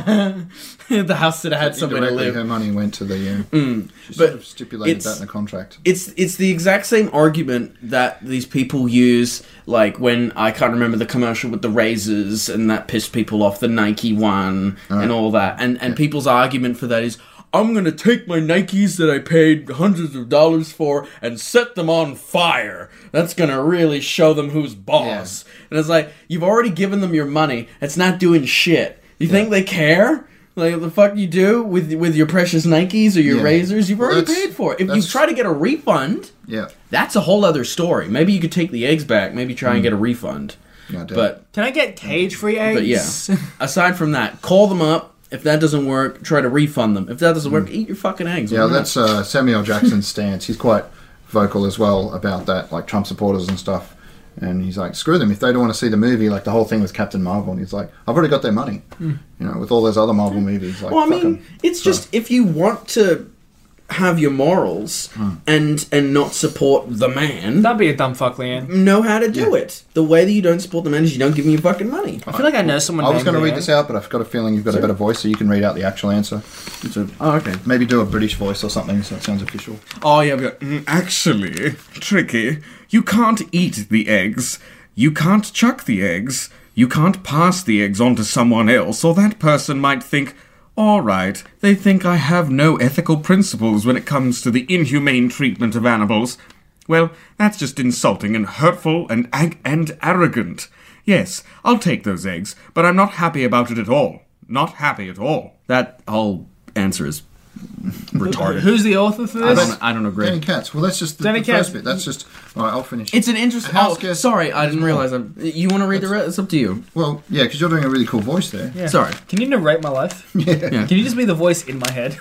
D: mean? the house that had somewhere to
A: Indirectly,
D: live. Mm.
A: her money went to the. Uh, she
D: but
A: sort of stipulated
D: it's-
A: that in the contract.
D: it's it's the exact same argument that these people use like when I can't remember the commercial with the razors and that pissed people off the Nike one
A: Uh-huh.
D: and all that and and people's argument for that is I'm going to take my Nikes that I paid hundreds of dollars for and set them on fire. That's going to really show them who's boss. And it's like you've already given them your money. It's not doing shit. You think they care? Like the fuck you do with with your precious Nikes or your
A: Yeah.
D: razors? You've
A: Well,
D: already
A: that's-
D: paid for it. If you
A: that's-
D: try to get a refund,
A: yeah,
D: that's a whole other story. Maybe you could take the eggs back. Maybe try and get a refund.
A: no doubt.
D: But
B: Can I get cage-free eggs?
D: but yeah. Aside from that, call them up. If that doesn't work, try to refund them. If that doesn't work, eat your fucking eggs.
A: yeah,
D: Why not?
A: that's uh, Samuel Jackson's stance. He's quite vocal as well about that, like Trump supporters and stuff. And he's like, screw them if they don't want to see the movie, like the whole thing with Captain Marvel. And he's like, I've already got their money, you know, with all those other Marvel movies. Like,
D: Hmm. Well, I
A: fuck
D: mean,
A: 'em.
D: it's just if you want to have your morals and and not support the man,
B: That'd be a dumb fuck, Leanne.
D: know how to do it. The way that you don't support the man is you don't give him your fucking money.
B: I feel like I know someone.
A: I was
B: named
A: going to read
B: Leanne.
A: this out, but I've got a feeling you've got a better voice, so you can read out the actual answer.
D: oh, okay.
A: Maybe do a British voice or something, so it sounds official.
F: Oh, yeah, we go, "Mm, actually, Tricky, you can't eat the eggs. You can't chuck the eggs. You can't pass the eggs on to someone else, or that person might think, all right, they think I have no ethical principles when it comes to the inhumane treatment of animals. Well, that's just insulting and hurtful and ag- and arrogant. Yes, I'll take those eggs, but I'm not happy about it at all. Not happy at all.
D: That whole answer is retarded.
B: Who's the author for
D: I
B: this?
D: don't, I don't agree.
A: Danny Katz. Well, that's just the,
B: Danny
A: the first
B: Katz.
A: bit. That's just. All right, I'll finish.
D: It's an interesting.
A: House
D: oh,
A: guest-
D: sorry, I didn't realize. I'm, you want to read the rest? It's up to you.
A: well, yeah, because you're doing a really cool voice there.
B: Yeah.
D: Sorry,
B: Can you narrate my life?
D: Yeah.
B: Can you just be the voice in my head?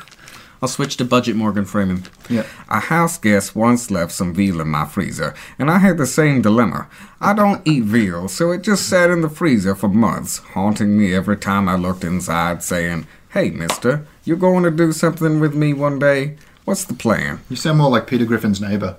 D: I'll switch to budget Morgan Freeman.
A: Yeah.
F: A house guest once left some veal in my freezer, and I had the same dilemma. I don't eat veal, so it just sat in the freezer for months, haunting me every time I looked inside, saying, Hey, mister, you going to do something with me one day? What's the plan?
A: You sound more like Peter Griffin's neighbour.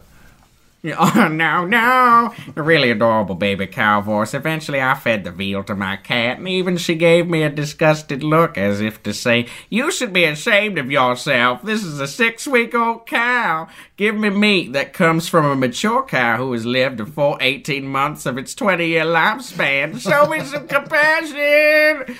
G: Yeah, Oh, no, no. A really adorable baby cow voice. Eventually, I fed the veal to my cat, and even she gave me a disgusted look as if to say, You should be ashamed of yourself. This is a six week old cow. Give me meat that comes from a mature cow who has lived a full 18 months of its 20 year lifespan. Show me some compassion.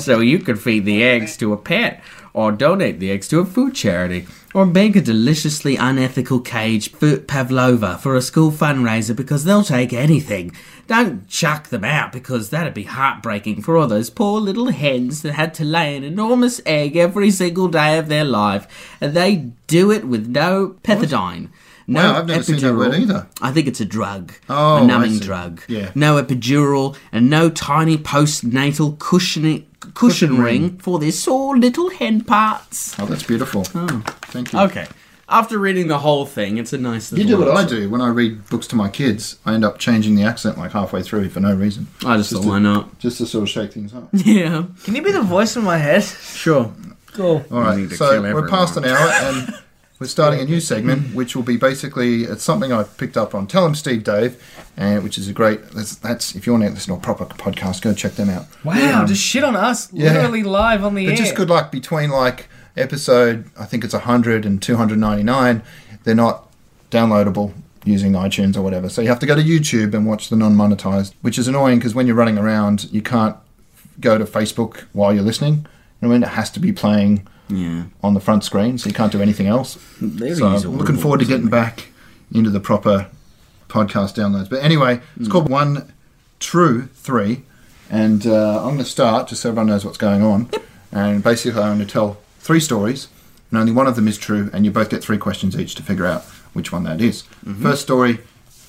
G: So you could feed the eggs to a pet or donate the eggs to a food charity,
H: Or beg a deliciously unethical cage foot pavlova for a school fundraiser because they'll take anything. Don't chuck them out because that'd be heartbreaking for all those poor little hens that had to lay an enormous egg every single day of their life, and they do it with no pethidine. No
A: Wow, I've never seen that word either.
H: I think it's a drug,
A: Oh,
H: a numbing
A: I see.
H: drug.
A: Yeah.
H: No epidural and no tiny postnatal cushioning, cushion, ring for their sore little hen parts.
A: Oh, that's beautiful.
D: Hmm.
A: Thank you.
H: Okay. After reading the whole thing, it's a nice
A: You
H: little.
A: do what I
H: answer.
A: do when I read books to my kids. I end up changing the accent like halfway through for no reason,
H: I just thought,
A: to-
H: why not?
A: just to sort of shake things up.
H: Yeah.
D: Can you be the voice in my head?
H: Sure.
B: Cool.
A: All
F: need
A: right,
F: to
A: so
F: kill
A: we're past an
F: everyone.
A: hour and we're starting a new segment, which will be basically it's something I picked up on Tell 'em Steve Dave, and which is a great that's, that's if you want to listen to a proper podcast, go check them out.
B: Wow, just shit on us
A: Yeah.
B: literally live on the
A: But
B: air.
A: just good luck between like episode, I think it's 100 and 299. They're not downloadable using iTunes or whatever. So you have to go to YouTube and watch the non monetized, which is annoying because when you're running around, you can't go to Facebook while you're listening. You know what I mean, it has to be playing on the front screen, so you can't do anything else. So I'm looking forward to getting back into the proper podcast downloads. But anyway, it's called One True Three, and uh, I'm going to start just so everyone knows what's going on. And basically, I'm going to tell three stories, and only one of them is true, and you both get three questions each to figure out which one that is. First story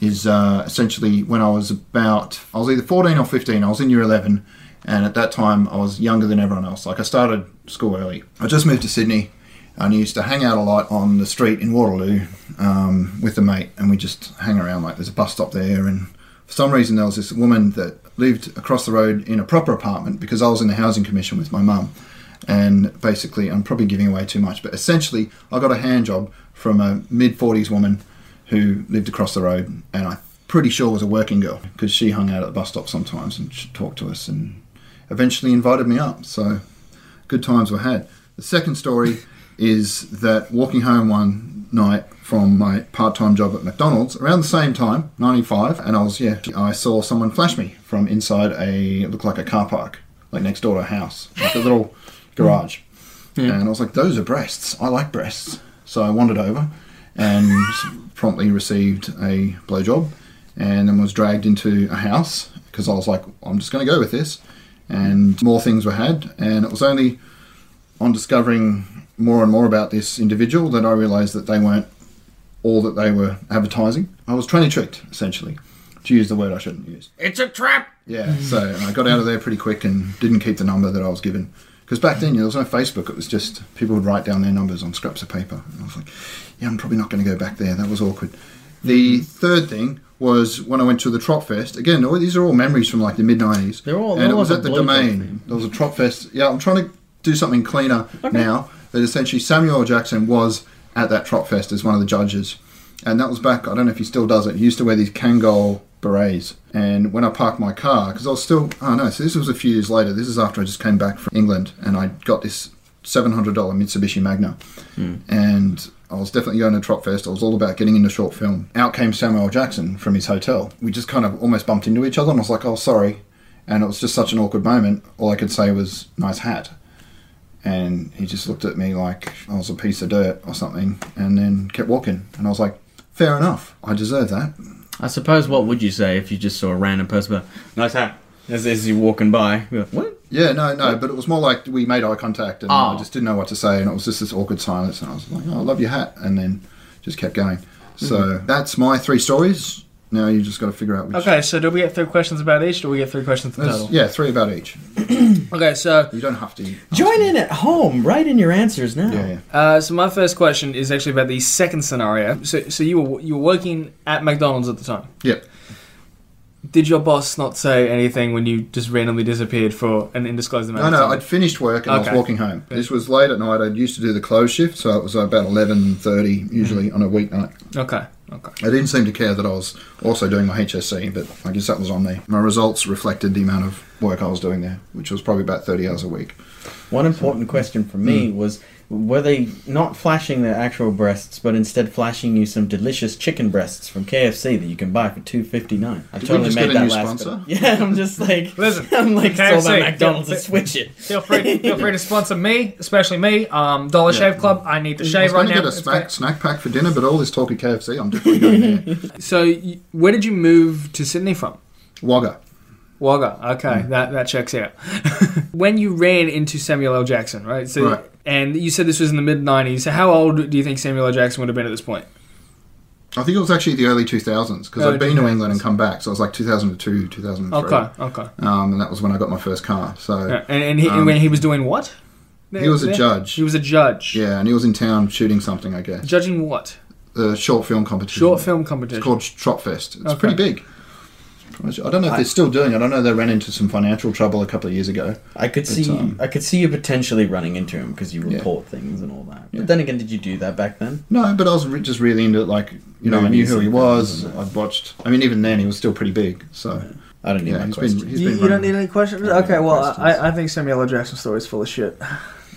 A: is uh, essentially when I was about I was either 14 or 15. I was in year 11. And at that time, I was younger than everyone else. Like, I started school early. I just moved to Sydney and I used to hang out a lot on the street in Waterloo um, with a mate, and we just hang around. Like there's a bus stop there, and for some reason there was this woman that lived across the road in a proper apartment because I was in the housing commission with my mum, and basically I'm probably giving away too much, but essentially I got a hand job from a mid 40s woman who lived across the road, and I'm pretty sure was a working girl because she hung out at the bus stop sometimes and she talked to us, and eventually invited me up. So good times were had. The second story is that walking home one night from my part-time job at McDonald's around the same time, 95, and I was yeah, I saw someone flash me from inside a it looked like a car park, like next door to a house, like a little garage. And I was like, those are breasts. I like breasts. So I wandered over and promptly received a blowjob and then was dragged into a house because I was like, I'm just going to go with this. And more things were had. And it was only on discovering more and more about this individual that I realized that they weren't all that they were advertising. I was tranny tricked, essentially, to use the word I shouldn't use.
G: It's a trap!
A: Yeah, so and I got out of there pretty quick and didn't keep the number that I was given. Because back then, you know, there was no Facebook. It was just people would write down their numbers on scraps of paper. And I was like, yeah, I'm probably not going to go back there. That was awkward. The third thing was when I went to the Trot Fest. Again, all, these are all memories from like the mid 90s.
D: They're all-
A: And
D: they're
A: it
D: all
A: was
D: like
A: at the
D: a blowjob
A: Domain.
D: thing.
A: There was a Trot Fest. Yeah, I'm trying to do something cleaner now. That essentially Samuel L. Jackson was at that Trot Fest as one of the judges. And that was back, I don't know if he still does it. He used to wear these Kangol berets. And when I parked my car, because I was still, oh no, so this was a few years later. This is after I just came back from England and I got this $700 Mitsubishi Magna. And I was definitely going to Trop Fest. I was all about getting into short film. Out came Samuel L. Jackson from his hotel. We just kind of almost bumped into each other and I was like, oh, sorry. And it was just such an awkward moment. All I could say was, nice hat and he just looked at me like I was a piece of dirt or something, and then kept walking. And I was like, "Fair enough, I deserve that."
D: I suppose what would you say if you just saw a random person go, nice hat, as, as you're walking by? You're like, what?
A: Yeah, no, no, but it was more like we made eye contact, and I
B: Ah.
D: Oh.
A: just didn't know what to say, and it was just this awkward silence, and I was like, "Oh, I love your hat," and then just kept going.
B: Mm-hmm.
A: So that's my three stories. Now you just got to figure out which.
B: Okay, so do we get three questions about each? Do we get three questions in
A: There's-
B: total?
A: yeah, three about each.
B: Okay, so
A: You don't have to. ask
D: Join
A: me.
D: in at home. Write in your answers now.
A: Yeah, yeah.
B: uh, so my first question is actually about the second scenario. So so you were you were working at McDonald's at the time.
A: Yep.
B: Did your boss not say anything when you just randomly disappeared for an indisclosed amount
A: No,
B: of
A: no,
B: time?
A: I'd finished work and I
B: Okay.
A: was walking home. This was
B: Mm.
A: late at night. I used to do the close shift, so it was about eleven thirty usually on a weeknight.
B: Okay. Okay.
A: I didn't seem to care that I was also doing my HSC, but I guess that was on me. My results reflected the amount of work I was doing there, which was probably about 30 hours a week.
D: One important question for
A: Hmm.
D: me was were they not flashing their actual breasts, but instead flashing you some delicious chicken breasts from KFC that you can buy for two fifty nine? I
A: Did we
D: totally
A: just
D: made
A: get a
D: that
A: new
D: last
A: sponsor?
D: bit. Yeah, I'm just like
B: Listen,
D: I'm like sold
B: KFC,
D: on McDonald's
B: don't-
D: and switch it.
B: Feel free, feel free to sponsor me, especially me. Um, Dollar Shave Club. I need to
A: I
B: shave
A: was
B: right
A: going
B: now.
A: to get a
B: It's
A: snack,
B: great.
A: snack pack for dinner, but all this talk of KFC, I'm definitely going there.
B: So, y- where did you move to Sydney from?
A: Wagga.
B: Wagga. Okay,
A: Mm.
B: that that checks out. when you ran into Samuel L. Jackson, right? So,
A: Right.
B: and you said this was in the mid '90s. So, how old do you think Samuel L. Jackson would have been at this point?
A: I think it was actually the early 2000s because
B: Early
A: I'd been to
B: 2000s.
A: England and come back. So it was like 2002, 2003.
B: Okay, okay.
A: Um, and that was when I got my first car. So
B: Yeah, And, and, he, and
A: Um,
B: when he was doing what?
A: he was a judge.
B: He was a judge.
A: yeah, and he was in town shooting something, I guess.
B: Judging what?
A: The short film competition.
B: Short film
A: Mm-hmm. It's
B: competition.
A: called Shopfest. It's
B: Okay.
A: pretty big. I don't know if they're still doing it. I know they ran into some financial trouble a couple of years ago.
D: I could see
A: um,
D: I could see you potentially running into him because you report things and all that. But then again, did you do that back then?
A: No, but I was re- just really into it. Like, you know, I knew
D: Movies
A: who he
D: and
A: was. I'd watched. I mean, even then, he was still pretty big. So,
D: I don't need
A: yeah,
D: my
A: he's
D: question.
A: been. He's
B: You,
A: been
B: you don't
A: running.
B: need any questions? Okay, well, I, I think Samuel L. Jackson's story is full of shit.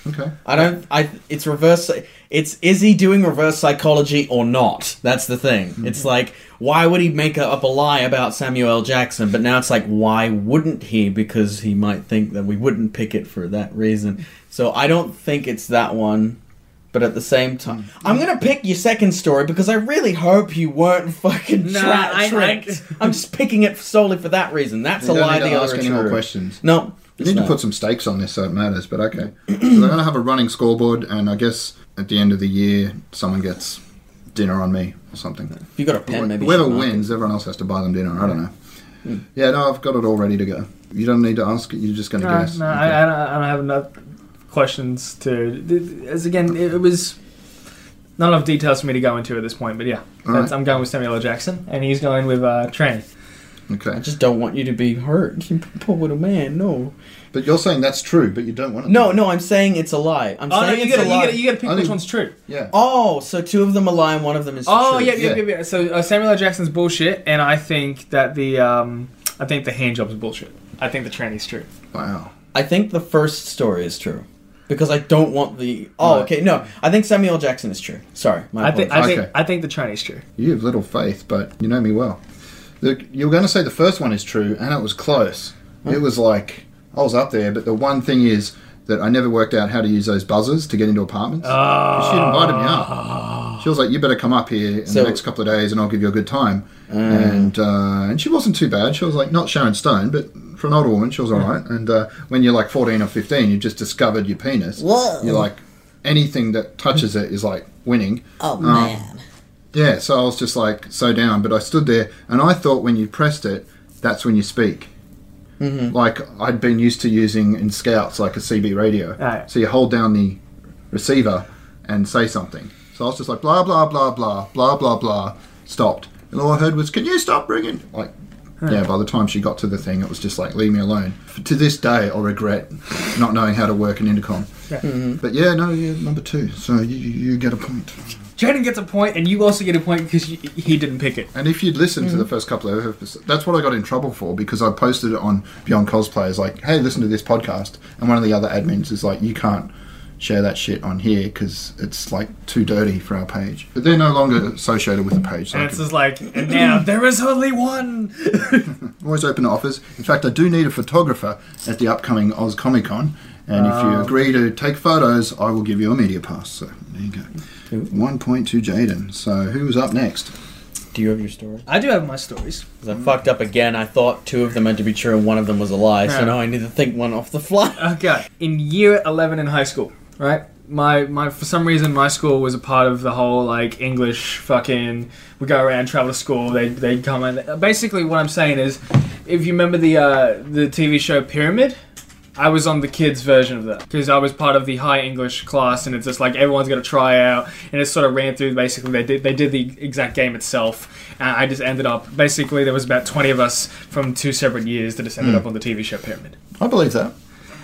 A: Okay.
D: I don't. I. It's reverse. psy- It's is he doing reverse psychology or not? That's the thing.
A: Mm-hmm.
D: It's like why would he make a- up a lie about Samuel L. Jackson? But now it's like why wouldn't he? Because he might think that we wouldn't pick it for that reason. So I don't think it's that one. But at the same time,
A: Mm-hmm.
D: I'm gonna pick your second story because I really hope you weren't fucking
B: Nah,
D: tra-
B: I- I-
D: tricked. I, am just picking it solely for that reason. That's
A: You
D: a
A: don't
D: lie.
A: need to
D: The
A: ask
D: other
A: any more
D: true.
A: questions.
D: No,
A: You need to put some stakes on this so it matters. But okay, so they're going to have a running scoreboard, and I guess at the end of the year, someone gets dinner on me or something.
D: If you got a pen, maybe you
A: Whoever
D: should mark it. Hmm.
A: wins, everyone else has to buy them dinner. I don't know. Yeah, no, I've got it all ready to go. You don't need to ask it. You're just going to
B: No,
A: guess.
B: no,
A: Okay.
B: I, I, don't, I don't have enough questions to. As again, it, it was not enough details for me to go into at this point. But yeah, that's,
A: right.
B: I'm going with Samuel L. Jackson, and he's going with uh, Tranny.
A: okay.
D: I just don't want you to be hurt, you poor little man. No,
A: But you're saying that's true, but you don't want it.
D: no,
A: to.
D: no. I'm saying it's a lie. I'm
B: Oh no,
D: saying
B: you
D: it's
B: gotta,
D: a
B: you
D: lie.
B: gotta, you gotta pick
A: I
B: which
A: think-
B: one's true.
A: Yeah.
D: Oh, so two of them are lying, one of them is. the
B: Oh
D: truth.
B: yeah, yeah, yeah,
A: yeah.
B: yeah. So uh, Samuel L. Jackson's bullshit, and I think that the um, I think the hand job's bullshit. I think the tranny's true.
A: Wow.
D: I think the first story is true because I don't want the. Oh, okay, no. I think Samuel Jackson is true. Sorry, my
B: I think
D: apologies.
B: I think
A: Okay.
B: I think the tranny's true.
A: You have little faith, but you know me well. Look, you were going to say the first one is true, and it was close. It was like I was up there, but the one thing is that I never worked out how to use those buzzers to get into apartments. She invited me up. She was like, "You better come up here in
D: So-
A: the next couple of days, and I'll give you a good time." And uh, and she wasn't too bad. She was like not Sharon Stone, but for an older woman, she was all right. And uh, when you're like 14 or 15, you've just discovered your penis.
E: Whoa.
A: You're like anything that touches it is like winning.
E: Oh,
B: uh.
E: man.
A: Yeah, so I was just like so down, but I stood there and I thought when you pressed it, that's when you speak. Mm-hmm. Like I'd been used to using in scouts, like a CB radio.
B: Right.
A: So you hold down the receiver and say something. So I was just like blah blah blah blah blah blah blah. Stopped, and all I heard was, "Can you stop ringing?" Like, yeah. By the time she got to the thing, it was just like, "Leave me alone." To this day, I regret not knowing how to work an intercom. But yeah, no, yeah, number two. So you, you you get a point.
B: Jaden gets a point, and you also get a point because he didn't pick it.
A: And if you'd listened to the first couple of episodes, that's what I got in trouble for because I posted it on Beyond Cosplayers, like, hey, listen to this podcast. And one of the other admins is like, you can't share that shit on here because it's like too dirty for our page. But they're no longer associated with the page. So
B: And
A: I
B: it's
A: can
B: just like, and now there is only one.
A: always open to offers. In fact, I do need a photographer at the upcoming Oz Comic Con. And if you agree to take photos, I will give you a media pass. So there you go. One point to Jaden. So who's up next?
D: Do you have your story?
B: I do have my stories.
D: 'Cause I fucked up again. I thought two of them meant to be true and one of them was a lie.
B: Yeah.
D: So now I need to think one off the fly.
B: Okay. In year 11 in high school, right? My, my for some reason my school was a part of the whole like English fucking we go around travel to school they they come in basically what I'm saying is if you remember the uh, the TV show Pyramid I was on the kids version of that because I was part of the high English class and it's just like everyone's gonna try out and it sort of ran through basically they did they did the exact game itself and I just ended up basically there was about 20 of us from two separate years that just ended up on the TV show Pyramid
A: I believe that.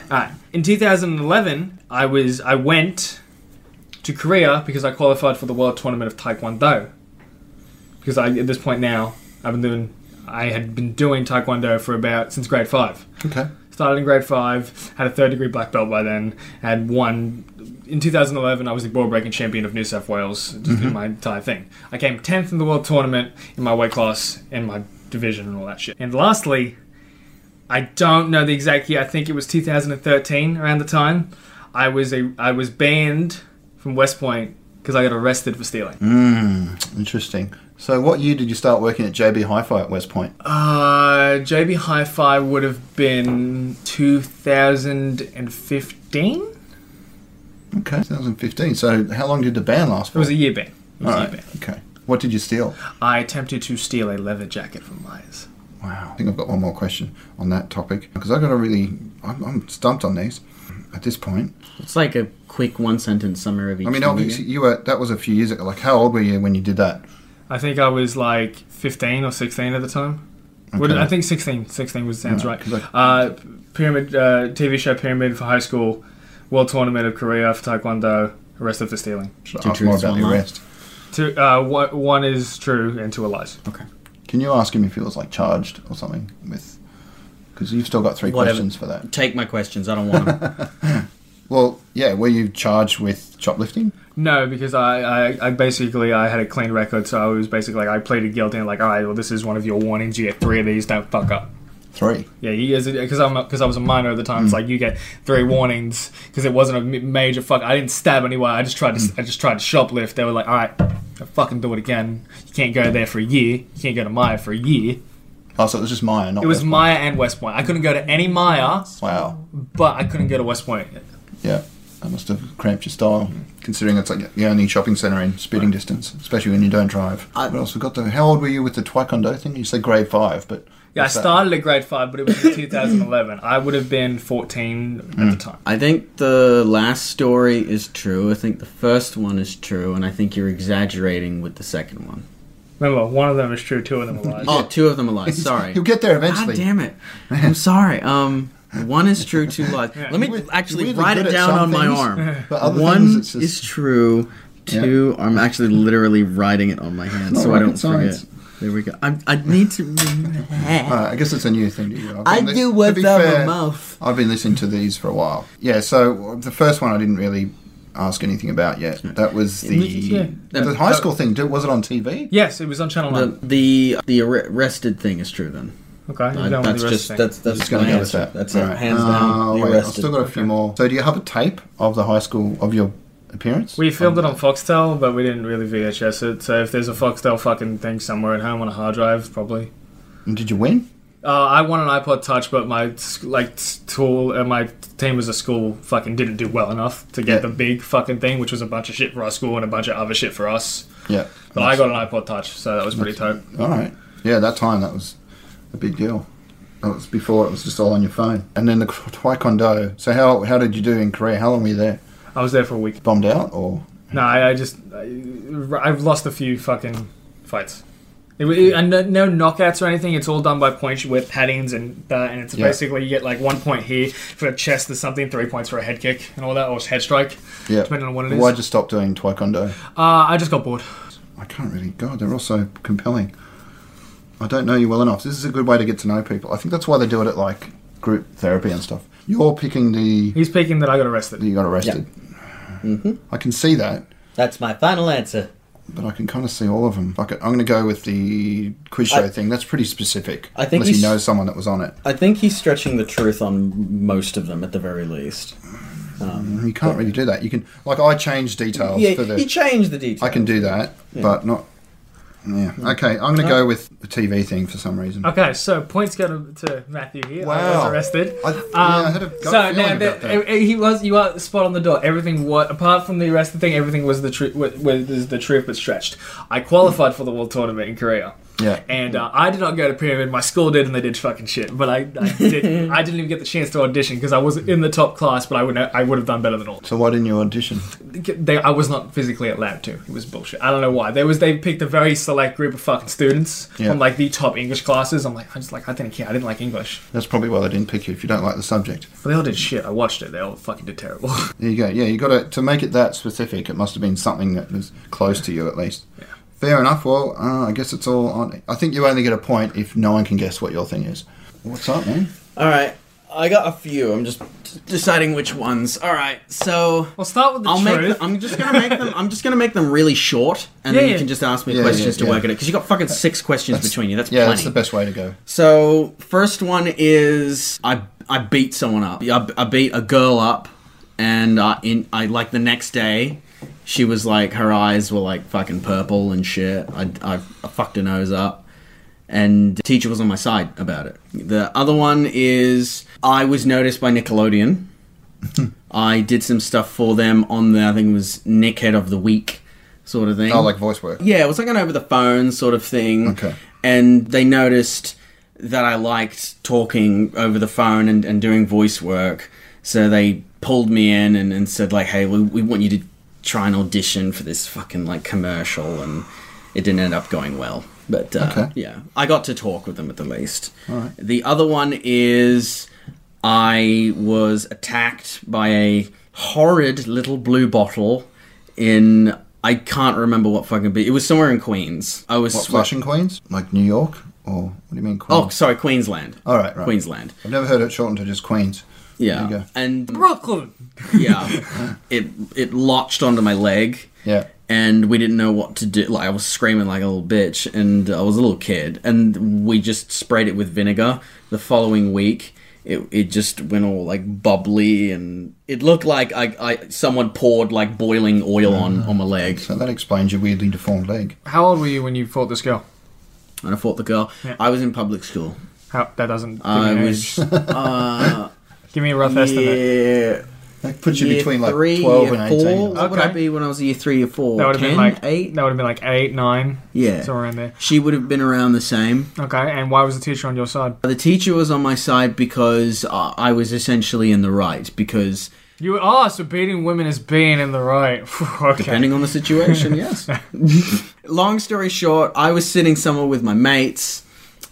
B: Alright. In 2011, I was I went to Korea because I qualified for the World Tournament of Taekwondo. because I at this point now I've been doing I had been doing taekwondo for about since grade five.
A: Okay.
B: Started in grade five, had a third degree black belt by then, had one. In 2011, I was the ball breaking champion of New South Wales, just did my entire thing. I came 10th in the world tournament in my weight class and my division and all that shit. And lastly, I don't know the exact year, I think it was 2013 around the time. I was, a, I was banned from West Point because I got arrested for stealing.
A: Interesting. So, what year did you start working at JB Hi-Fi at West Point?
B: Uh, JB Hi-Fi would have been 2015. It
A: Okay, 2015. So, how long did the ban last for?
B: was a year ban. It was a
A: All
B: year
A: right,
B: ban.
A: Okay. What did you steal?
B: I attempted to steal a leather jacket from Myers.
A: Wow. I think I've got one more question on that topic because I got a really I'm, I'm stumped on these at this point.
C: It's like a quick one sentence summary of each.
A: I mean,
C: one,
A: obviously
C: yeah?
A: you were that was a few years ago. Like, how old were you when you did that?
B: I think I was like 15 or 16 at the time. Would-
A: Okay.
B: I think 16. 16 was sounds right.
A: 'cause I-
B: Uh, pyramid uh, TV show Pyramid for high school, World Tournament of Korea for Taekwondo, arrested for stealing.
A: Should I ask more
C: truths,
A: about
C: one
A: the
C: lie.
A: arrest?
B: Two, uh, one, one is true and two are lies.
A: Can you ask him if he was like charged or something with? Because you've still got three
C: Whatever.
A: questions for that.
C: Take my questions. I don't want them.
A: Well, yeah. Were you charged with shoplifting?
B: No, because I, I, I basically I had a clean record, so I was basically like I pleaded guilty and like, all right, well this is one of your warnings. You get three of these. Don't fuck up.
A: Three.
B: Yeah, you guys, because I'm because I was a minor at the time. It's
D: Mm.
B: like you get three warnings because it wasn't a m- major fuck. I didn't stab anyone. I just tried to
D: Mm.
B: I just tried to shoplift. They were like, all right, don't fucking do it again. You can't go there for a year. You can't go to Maya for a year.
A: Oh, so it was just Maya, not
B: It was
A: West Point.
B: Maya and West Point. I couldn't go to any Maya,
A: Wow.
B: but I couldn't go to West Point.
A: Yeah. That must have cramped your style, considering it's like the only shopping centre in spitting distance, especially when you don't drive. what else we got there? How old were you with the Taekwondo thing? You said grade five, but
B: Yeah, I
A: what's that?
B: started at grade five, but it was in 2011. I would have been 14 at
D: Mm.
B: the time.
D: I think the last story is true. I think the first one is true, and I think you're exaggerating with the second one.
B: Remember, one of them is true, two of them are lies.
D: Oh, two of them are lies. Sorry.
A: He'll get there
D: God
A: eventually.
D: damn it! I'm sorry. Um, one is true, two lies. Let me
A: We're-
D: actually
A: we're really
D: write
A: good
D: it
A: at
D: down
A: some
D: on my
A: things,
D: arm.
A: But other
D: One
A: things, it's
D: is
A: just
D: true. Two. I'm actually literally writing it on my hand,
A: not
D: so I
A: rocket
D: don't
A: science.
D: forget. There we go. I'm, I need to.
A: Uh, I guess it's a new thing to you. I've
D: I
A: been
D: do
A: to
D: what's
A: be
D: out of my mouth.
A: I've been listening to these for a while. Yeah, so the first one I didn't really ask anything about yet. That was the
B: Yeah.
A: the high school thing. Did- Was it on TV?
B: Yes, it was on Channel 9.
D: The the arre- arrested thing is true then.
B: okay, you
D: I-
B: don't want
D: that's
B: the rest
D: just
B: thing.
D: that's that's
A: Just gonna
D: my
A: go with
D: answer.
A: that.
D: That's
A: All
D: it.
A: right.
D: Hands down.
A: Uh,
D: the
A: wait, I've
D: arrested.
A: still got a few more. So, do you have a tape of the high school of your appearance? Um,
B: We filmed it on Foxtel, but we didn't really VHS it. So if there's a Foxtel fucking thing somewhere at home on a hard drive, probably.
A: And did you win?
B: Uh, I won an iPod Touch, but my s- like s- tool uh, my team as a school fucking didn't do well enough to get
A: Yeah.
B: the big fucking thing, which was a bunch of shit for our school and a bunch of other shit for us.
A: Yeah.
B: But I got an iPod Touch, so that was pretty dope.
A: All right. Yeah, that time that was a big deal. That was before it was just all on your phone. And then the Taekwondo. So how how did you do in Korea? How long were you there?
B: I was there for a week.
A: Bombed out or?
B: No, I, I just I, I've lost a few fucking fights. It, wa- it, and no, no knockouts or anything. It's all done by points with paddings and that, and it's
A: Yeah.
B: basically you get like one point here for a chest or something, three points for a head kick and all that, or head strike.
A: Yeah.
B: Depending on what it is.
A: Why'd you stop doing Taekwondo?
B: Uh, I just got bored.
A: I can't really. God, they're all so compelling. I don't know you well enough. This is a good way to get to know people. I think that's why they do it at like group therapy and stuff. You're picking the
B: He's picking that I got arrested.
A: you got arrested. Mm-hmm. I can see that,
C: That's my final answer.
A: but I can kind of see all of them. Like, I'm going to go with the quiz show
D: I-
A: thing. That's pretty specific.
D: I think
A: unless you
D: he's-
A: know someone that was on it,
D: I think he's stretching the truth on most of them at the very least.
A: Mm, you can't really do that. You can like I change details
D: Yeah,
A: for the.
D: he changed the details.
A: I can do that, but not. Yeah. Okay, I'm going to go with the TV thing for some reason.
B: Okay, so points go to, to Matthew here. I was
A: Wow.
B: arrested.
A: I, yeah, I had a gut
B: Um, so
A: feeling
B: now
A: about
B: that,
A: that.
B: eh, eh, he was you are spot on the dot. Everything what apart from the arrested thing, everything was the truth. Was the truth but stretched. I qualified for the world tournament in Korea.
A: Yeah.
B: And uh, I did not go to pyramid. My school did, and they did fucking shit. But I, I did. I didn't even get the chance to audition because I was in the top class. But I would I would have done better than all.
A: So why didn't you audition?
B: They, I was not physically allowed to. It was bullshit. I don't know why. There was they picked a very select group of fucking students
A: Yeah.
B: from like the top English classes. I'm like I just like I didn't care. I didn't like English.
A: That's probably why they didn't pick you if you don't like the subject.
B: But they all did shit. I watched it. They all fucking did terrible.
A: There you go. Yeah, you got to to make it that specific. It must have been something that was close to you at least. Fair enough. Well, uh, I guess it's all on. I think you only get a point if no one can guess what your thing is. What's up, man?
D: All right, I got a few. I'm just d- deciding which ones. All right, so
B: We'll start with the
D: I'll make.
B: truth.
D: Them, I'm just gonna make them. I'm just gonna make them really short, and
B: Yeah,
D: then you
B: yeah.
D: can just ask me
A: Yeah,
D: questions
A: yeah,
D: to
A: yeah.
D: work it out. Because you got fucking six questions between you. That's
A: Yeah,
D: plenty.
A: that's the best way to go.
D: So first one is I I beat someone up. I, I beat a girl up, and uh, in I like the next day, she was like her eyes were like fucking purple and shit. I I, I fucked her nose up, and the teacher was on my side about it. The other one is I was noticed by Nickelodeon. I did some stuff for them on the I think it was Nickhead of the Week sort of thing.
A: Oh, like voice work.
D: Yeah, it was like an over the phone sort of thing.
A: Okay.
D: And they noticed that I liked talking over the phone and, and doing voice work. So they pulled me in and, and said, like, hey, we, we want you to try and audition for this fucking, like, commercial. And it didn't end up going well. But, uh,
A: Okay.
D: yeah, I got to talk with them at the least. The other one is I was attacked by a horrid little blue bottle in I can't remember what fucking bit. It was somewhere in Queens. I was
A: What,
D: swe-
A: Flushing Queens? Like New York? Or what do you mean
D: Oh,
A: Queens?
D: sorry, Queensland.
A: All right, right.
D: Queensland.
A: I've never heard it shortened to just Queens.
D: Yeah,
A: There you go.
D: and
B: Brooklyn.
D: yeah, it it lodged onto my leg.
A: Yeah.
D: and we didn't know what to do. Like I was screaming like a little bitch, and I was a little kid, and we just sprayed it with vinegar. The following week, it it just went all like bubbly, and it looked like I, I someone poured like boiling oil on
A: Ah,
D: on my leg.
A: So that explains your weirdly deformed leg.
B: How old were you when you fought this girl?
D: And I fought the girl.
B: Yeah.
D: I was in public school.
B: How that doesn't. Give
D: I
B: me an
D: was
B: age.
D: uh,
B: Give me a rough estimate.
D: yeah.
A: That puts you
D: year
A: between like
D: three,
A: 12
D: year
A: and
D: four.
A: 18.
D: What would
B: Okay.
D: I be when I was year three or four?
B: That would have
D: Ten,
B: been like
D: eight.
B: That would have been like eight, nine.
D: Yeah.
B: somewhere around there.
D: She would have been around the same.
B: Okay, and why was the teacher on your side?
D: The teacher was on my side because uh, I was essentially in the right. Because
B: You are so beating women is being in the right. okay.
D: depending on the situation, yes. Long story short, I was sitting somewhere with my mates,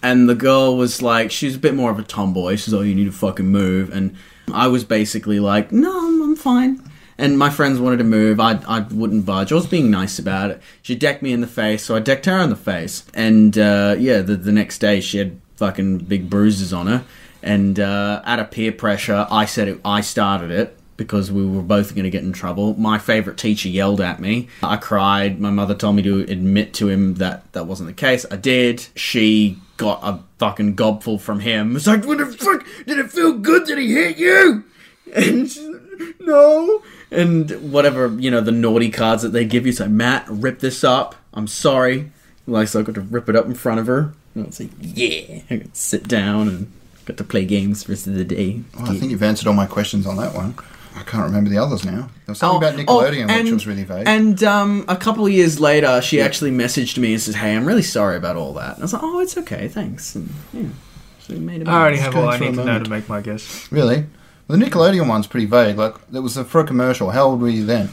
D: and the girl was like, she was a bit more of a tomboy. She's like, oh, you need to fucking move. And I was basically like, no, I'm, I'm fine. And my friends wanted to move. I, I wouldn't budge. I was being nice about it. She decked me in the face, so I decked her in the face. And uh, yeah, the, the next day she had fucking big bruises on her. And uh, out of peer pressure, I said it, I started it because we were both going to get in trouble. My favorite teacher yelled at me. I cried. My mother told me to admit to him that that wasn't the case. I did. She got a fucking gobful from him. It's like, what the fuck? Did it feel good? Did he hit you? And she's like, no. And whatever, you know, the naughty cards that they give you. It's like, Matt, rip this up. I'm sorry. Like, so I got to rip it up in front of her. And I was like, yeah. I got to sit down and got to play games for the rest of the day.
A: Well, Oh, I think you've answered all my questions on that one. I can't remember the others now. There was something about
D: oh,
A: Nickelodeon which was really vague.
D: And um, a couple of years later, she actually messaged me and said, "Hey, I'm really sorry about all that." And I was like, "Oh, it's okay, thanks." And, yeah, so we made it.
B: I already
A: Let's
B: have
A: go
B: all I
A: for a
B: need to know
A: moment.
B: to make my guess.
A: really? Well, the Nickelodeon one's pretty vague. Like, it was a, for a commercial. How old were you then?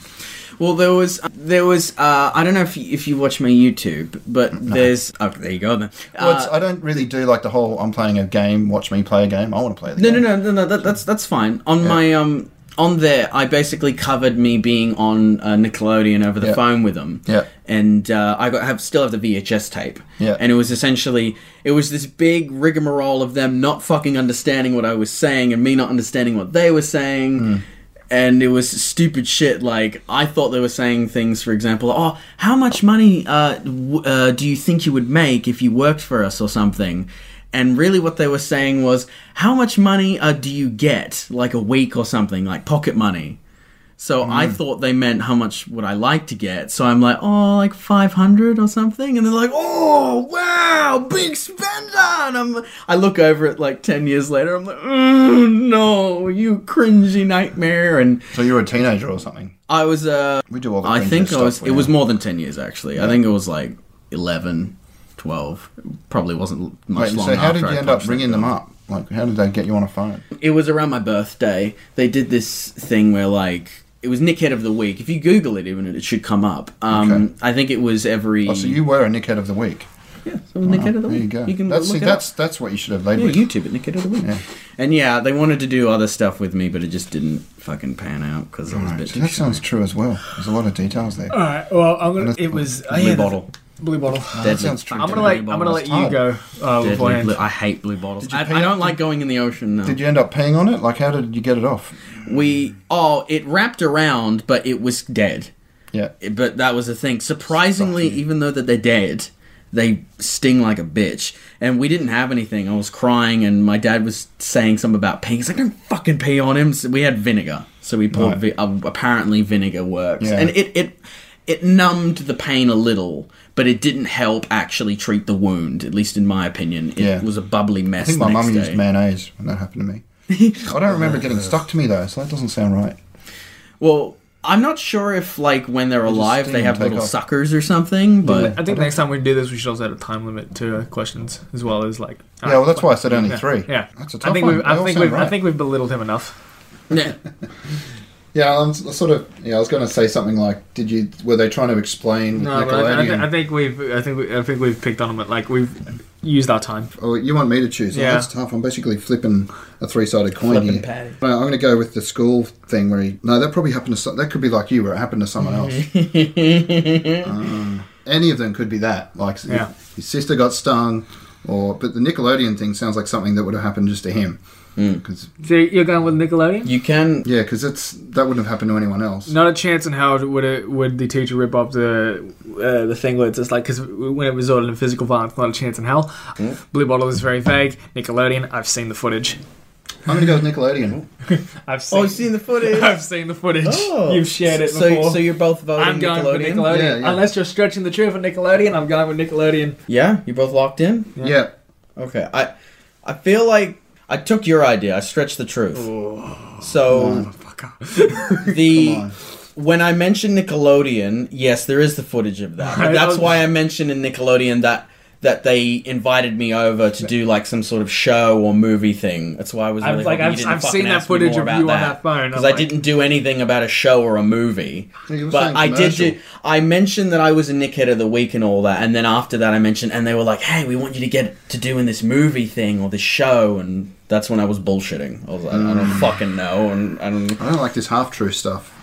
D: Well, there was there was uh, I don't know if you, if you watch my YouTube, but there's oh there you go then.
A: Well, it's,
D: Uh,
A: I don't really do like the whole I'm playing a game, watch me play a game. I want to play the
D: no, no,
A: game.
D: no, no, no. That, that's that's fine. On my um on there, I basically covered me being on uh, Nickelodeon over the
A: Yeah.
D: phone with them.
A: Yeah.
D: and uh, I got have still have the VHS tape.
A: Yeah.
D: and it was essentially it was this big rigmarole of them not fucking understanding what I was saying and me not understanding what they were saying. And it was stupid shit. Like I thought they were saying things, for example, "Oh, how much money uh, w- uh, do you think you would make if you worked for us or something?" And really, what they were saying was, "How much money uh, do you get, like a week or something, like pocket money?" So I
A: Mm.
D: thought they meant how much would I like to get. So I'm like, oh, like 500 or something. And they're like, oh, wow, big spender. And I'm, I look over it like 10 years later. I'm like, oh, no, you cringy nightmare. And
A: So you were a teenager or something.
D: I was, uh,
A: We do all the
D: I
A: cringiest
D: think I
A: stuff
D: was,
A: we
D: it was
A: know.
D: more than 10 years actually. I think it was like 11, 12. Probably wasn't much
A: Wait,
D: longer.
A: so how did you
D: after I
A: end up
D: punched that
A: ringing
D: girl
A: them up? Like, how did they get you on a phone?
D: it was around my birthday. They did this thing where like it was Nickhead of the Week. If you Google it, even it should come up. Um,
A: Okay.
D: I think it was every.
A: Oh, so you were a Nickhead of the Week.
D: yeah, so Nickhead of the
A: There
D: Week.
A: you go.
D: can
A: that's,
D: look
A: see,
D: it
A: that's, that's what you should have led
D: up.
A: with.
D: yeah, YouTube at Nickhead of the Week. And yeah, they wanted to do other stuff with me, but it just didn't fucking pan out because I was a
A: Right,
D: bit
A: so
D: too
A: that
D: shy.
A: sounds true as well. There's a lot of details there.
B: All right. Well, I'm gonna.
A: That's
B: It
A: fine.
B: was. I
D: Blue
B: had
D: bottle.
B: Blue bottle.
A: that sounds true.
B: I'm gonna let I'm gonna let
D: Oh.
B: you go. Uh,
H: Deadly
B: beforehand.
H: blue- I hate blue bottles.
D: I,
H: I-
D: I don't like going in the ocean now.
A: Did you end up paying on it? Like, how did you get it off?
D: We oh, it wrapped around, but it was dead.
A: Yeah.
D: But that was the thing. Surprisingly, even though that they're dead, they sting like a bitch. And we didn't have anything. I was crying, and my dad was saying something about peeing. He's like, "Don't fucking pee on him." So we had vinegar, so we poured. Vi- uh, apparently, vinegar works,
A: Yeah.
D: and it it it numbed the pain a little, but it didn't help actually treat the wound. At least in my opinion, it
A: Yeah.
D: was a bubbly mess.
A: I think my
D: the next
A: mum
D: day.
A: used mayonnaise when that happened to me. I don't remember it getting stuck to me though, so that doesn't sound right.
D: Well, I'm not sure if like when they're alive
A: sting
D: they
A: and
D: have
A: take
D: little
A: off.
D: suckers or something, but
B: I think next time we do this, we should also have a time limit to uh, questions as well as like.
A: Yeah, well, that's why I said only
B: yeah,
A: three.
B: Yeah,
A: that's a tough
B: I think
A: one.
B: we've
A: They
B: I
A: all
B: think
A: sound
B: we've I
A: right.
B: think we've belittled him enough.
D: yeah.
A: Yeah, I'm s- sort of. Yeah, I was going to say something like, "Did you? Were they trying to explain with
B: No, but I,
A: Nickelodeon?"
B: I, thi- I think we've I think we, I think we've picked on him. At, like we've used our time.
A: Oh, you want me to choose? Yeah.
B: Yeah.
A: that's tough. I'm basically flipping a three-sided coin
D: Flipping
A: here.
D: patty.
A: No, I'm going to go with the school thing where he. No, that probably happened to. some- That could be like you, where it happened to someone else. Um, any of them could be that. Like if
B: Yeah.
A: his sister got stung, or but the Nickelodeon thing sounds like something that would have happened just to him. 'Cause-
B: So you're going with Nickelodeon?
D: you can
A: yeah, because it's that wouldn't have happened to anyone else.
B: Not a chance in hell would it, would the teacher rip up the uh, the thing where it's just like because when it resulted in physical violence, not a chance in hell.
A: Hmm.
B: Blue Bottle is very vague. Nickelodeon, I've seen the footage.
A: I'm going to go with Nickelodeon.
B: I've seen.
D: Oh, you've seen the footage.
B: I've seen the footage.
D: Oh.
B: You've shared it
D: so,
B: before.
D: So you're both voting
B: I'm going for
D: Nickelodeon.
B: Nickelodeon.
A: Yeah, yeah.
B: Unless you're stretching the truth for Nickelodeon, I'm going with Nickelodeon.
D: Yeah, you both locked in.
A: Yeah.
D: Okay, I I feel like I took your idea. I stretched the truth. So the when I mentioned Nickelodeon, yes, there is the footage of that. But that's why I mentioned in Nickelodeon that that they invited me over to do like some sort of show or movie thing. That's why I was
B: I've,
D: really
B: like,
D: hoping
B: I've-
D: you didn't
B: I've
D: fucking
B: seen that
D: ask me
B: footage
D: more
B: of
D: about
B: you on
D: that,
B: that phone. I'm
D: because
B: like-
D: I didn't do anything about a show or a movie.
A: Yeah, you were
D: but
A: saying
D: I did do.
A: commercial.
D: I mentioned that I was a Nick Hit of the Week and all that, and then after that, I mentioned, and they were like, "Hey, we want you to get to doing this movie thing or this show," and that's when I was bullshitting. I was like, "I
B: Mm.
D: don't fucking know," and I don't.
A: I don't like this half true stuff.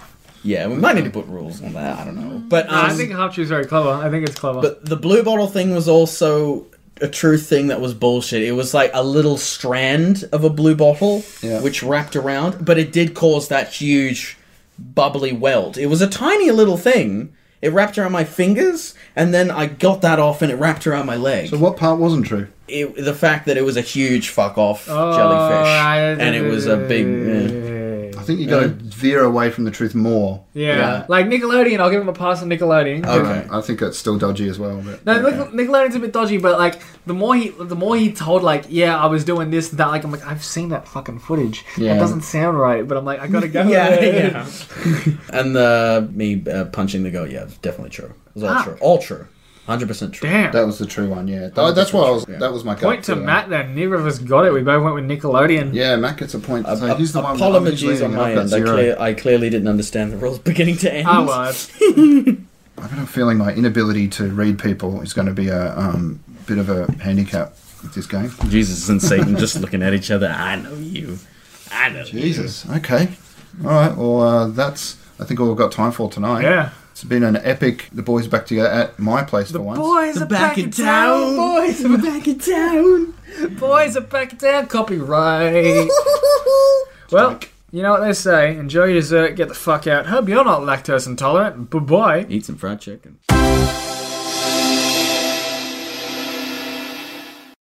D: Yeah, we might need to put rules on that. I don't know, but um,
B: I think Hopchu is very clever. I think it's clever.
D: but the blue bottle thing was also a true thing that was bullshit. It was like a little strand of a blue bottle
A: Yeah.
D: which wrapped around, but it did cause that huge bubbly welt. It was a tiny little thing. It wrapped around my fingers, and then I got that off, and it wrapped around my leg.
A: So what part wasn't true?
D: It- the fact that it was a huge fuck off
B: Oh,
D: jellyfish,
B: I-
D: and it was a big. yeah.
A: I think you got to veer away from the truth more.
B: Yeah.
D: Yeah.
B: like Nickelodeon. I'll give him a pass on Nickelodeon.
D: eh. Okay.
A: I think that's still dodgy as well. But
B: No, Nic- Nickelodeon's a bit dodgy, but like the more he, the more he told, like, yeah, I was doing this and that. Like, I'm like, I've seen that fucking footage.
A: Yeah.
B: That doesn't sound right, but I'm like, I gotta go.
D: Yeah, yeah. and the me uh, punching the goat. Yeah, it's definitely true. It was all
B: Fuck.
D: true. All true. Hundred percent true.
B: Damn.
A: that was the true one. Yeah, Th- that's why I was.
D: Yeah.
A: That was my gut
B: Point to
A: feeling.
B: Matt then. Neither of us got it. We both went with Nickelodeon.
A: Yeah, Matt gets a point. So
D: Ap-
A: he's the one. that- I'm just
D: apologies
A: leading
D: on
A: and I've
D: my
A: got
D: end. I,
A: zero. Ah,
D: clear, I clearly didn't understand the rules beginning to end.
B: Oh well, it's-
A: I've got a feeling my inability to read people is going to be a um, bit of a handicap with this game.
D: Jesus and Satan just looking at each other. I know you. I know you.
A: Jesus. Okay. All right. Well, uh, that's. I think all we've got time for tonight.
B: yeah.
A: It's been an epic. The boys back together at my place for once.
B: Boys are back, in town. Boys are back in town. Boys are back in town. Copyright. well, you know what they say. Enjoy your dessert. Get the fuck out. Hope you're not lactose intolerant. Bye bye.
D: Eat some fried chicken.